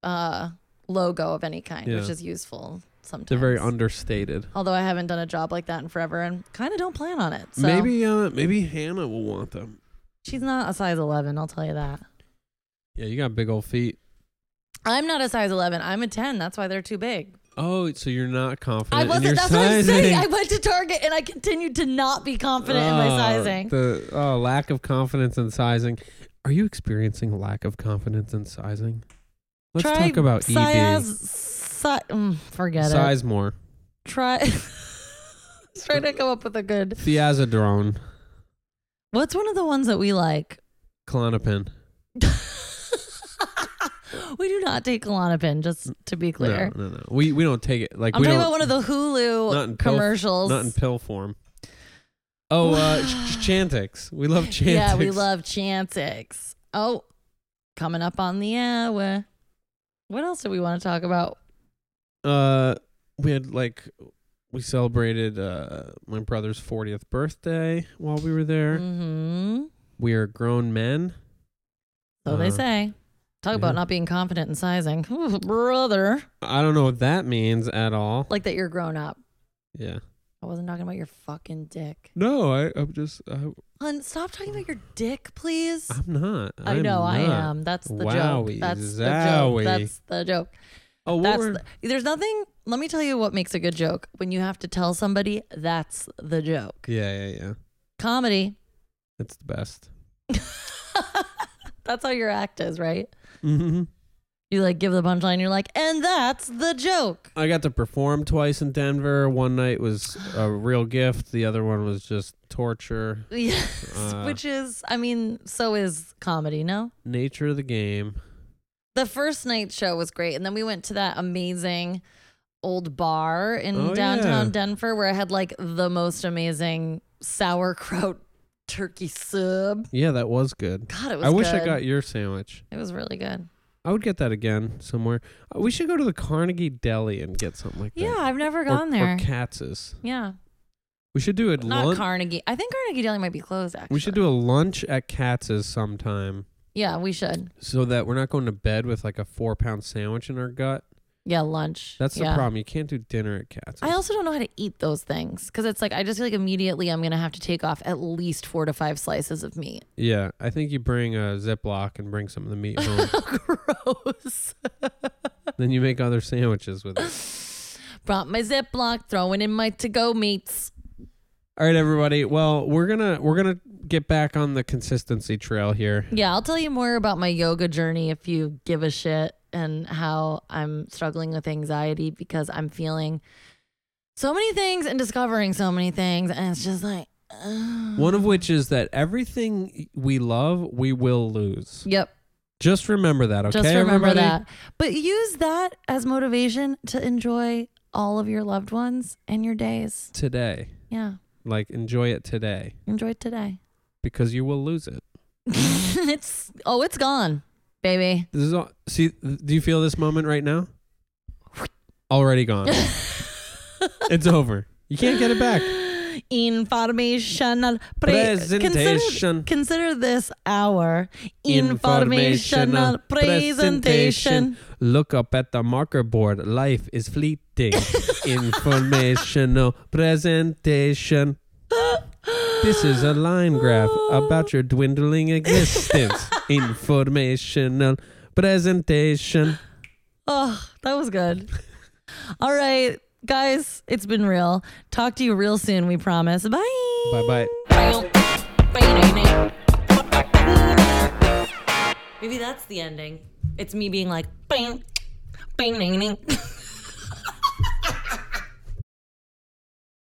S1: uh, logo of any kind, which
S2: Yeah.
S1: is useful sometimes.
S2: They're very understated.
S1: Although I haven't done a job like that in forever and kind of don't plan on it. So
S2: Maybe uh maybe Hannah will want them.
S1: she's not a size 11, I'll tell you that.
S2: Yeah, you got big old feet.
S1: I'm not a size 11. I'm a 10. That's why they're too big.
S2: Oh, so you're not confident
S1: I
S2: in your
S1: wasn't. That's what I'm
S2: sizing.
S1: saying. I went to Target and I continued to not be confident in my
S2: Oh,
S1: sizing.
S2: The oh, lack of confidence in sizing. Are you experiencing lack of confidence in sizing? Let's
S1: Try
S2: talk about E ED.
S1: size, si- mm, forget it.
S2: Size more.
S1: Try. try to come up with a good.
S2: Thiazidrone.
S1: What's one of the ones that we like?
S2: Clonopin.
S1: we do not take Klonopin, just to be clear.
S2: No, no, no. We we don't take it like
S1: I'm
S2: we
S1: talking
S2: don't.
S1: about one of the Hulu
S2: not in pill-
S1: commercials.
S2: not in pill form. Oh, uh, Ch- Ch- Chantix. We love Chantix.
S1: yeah, we love Chantix. Oh, coming up on the hour. What else do we want to talk about?
S2: Uh, we had like we celebrated uh my brother's 40th birthday while we were there.
S1: Mm-hmm.
S2: We are grown men.
S1: So they
S2: Uh,
S1: say. Talk
S2: yeah.
S1: about not being confident in sizing. Brother.
S2: I don't know what that means at all.
S1: Like that you're grown up.
S2: Yeah.
S1: I wasn't talking about your fucking dick.
S2: No, I, I'm just. I,
S1: Hun, stop talking about your dick, please.
S2: I'm not.
S1: I
S2: Uh, I'm
S1: know I
S2: not.
S1: am. That's the
S2: Wowie,
S1: joke. That's the joke.
S2: zowie.
S1: That's the joke.
S2: Oh, what
S1: That's
S2: were-
S1: the, there's nothing. Let me tell you what makes a good joke. When you have to tell somebody, that's the joke.
S2: yeah, yeah, yeah.
S1: Comedy.
S2: It's the best.
S1: that's how your act is, right?
S2: Mm-hmm.
S1: You like give the punchline. You're like, and that's the joke.
S2: I got to perform twice in Denver. One night was a real gift. The other one was just torture.
S1: Yes,
S2: Uh.
S1: which is, I mean, so is comedy. No.
S2: Nature of the game.
S1: the first night show was great and then we went to that amazing old bar in
S2: Oh,
S1: downtown
S2: yeah.
S1: denver where i had like the most amazing sauerkraut turkey sub
S2: Yeah, that was good.
S1: god it was
S2: I wish I
S1: good.
S2: got your sandwich.
S1: it was really good
S2: I would get that again somewhere. Uh, We should go to the Carnegie Deli and get something like
S1: yeah
S2: that.
S1: i've never
S2: Or-
S1: gone
S2: Or
S1: there
S2: Katz's.
S1: yeah
S2: We should do a
S1: not
S2: lunch.
S1: carnegie i think carnegie deli might be closed actually
S2: we should do a lunch at Katz's sometime.
S1: yeah we should
S2: so that we're not going to bed with like a four pound sandwich in our gut.
S1: yeah lunch
S2: That's the
S1: Yeah.
S2: problem. You can't do dinner at Cats.
S1: I also don't know how to eat those things because it's like I just feel like immediately I'm gonna have to take off at least four to five slices of meat.
S2: yeah, I think you bring a Ziploc and bring some of the meat home.
S1: Gross.
S2: then you make other sandwiches with it.
S1: Brought my Ziploc, throwing in my to go meats.
S2: All right, everybody. Well, we're gonna we're gonna get back on the consistency trail here.
S1: Yeah, I'll tell you more about my yoga journey if you give a shit and how I'm struggling with anxiety because I'm feeling so many things and discovering so many things. And it's just like, ugh.
S2: One of which is that everything we love, we will lose.
S1: Yep.
S2: Just remember that, okay?
S1: Just remember
S2: everybody?
S1: that. But use that as motivation to enjoy all of your loved ones and your days.
S2: today.
S1: Yeah.
S2: Like enjoy it today
S1: Enjoy it today.
S2: because you will lose it.
S1: it's, oh, it's gone, baby.
S2: This is all, see. Do you feel this moment right now? Already gone. it's over. You can't get it back.
S1: Informational pre-
S2: Presentation.
S1: Consider, consider this our
S2: Informational
S1: informational presentation.
S2: Look up at the marker board. Life is fleeting. Informational presentation. This is a line graph about your dwindling existence. Informational presentation.
S1: Oh, that was good. All right, guys, it's been real. Talk to you real soon, we promise. Bye.
S2: Bye bye.
S1: Maybe that's the ending. It's me being like, bing, bing, ding, ding.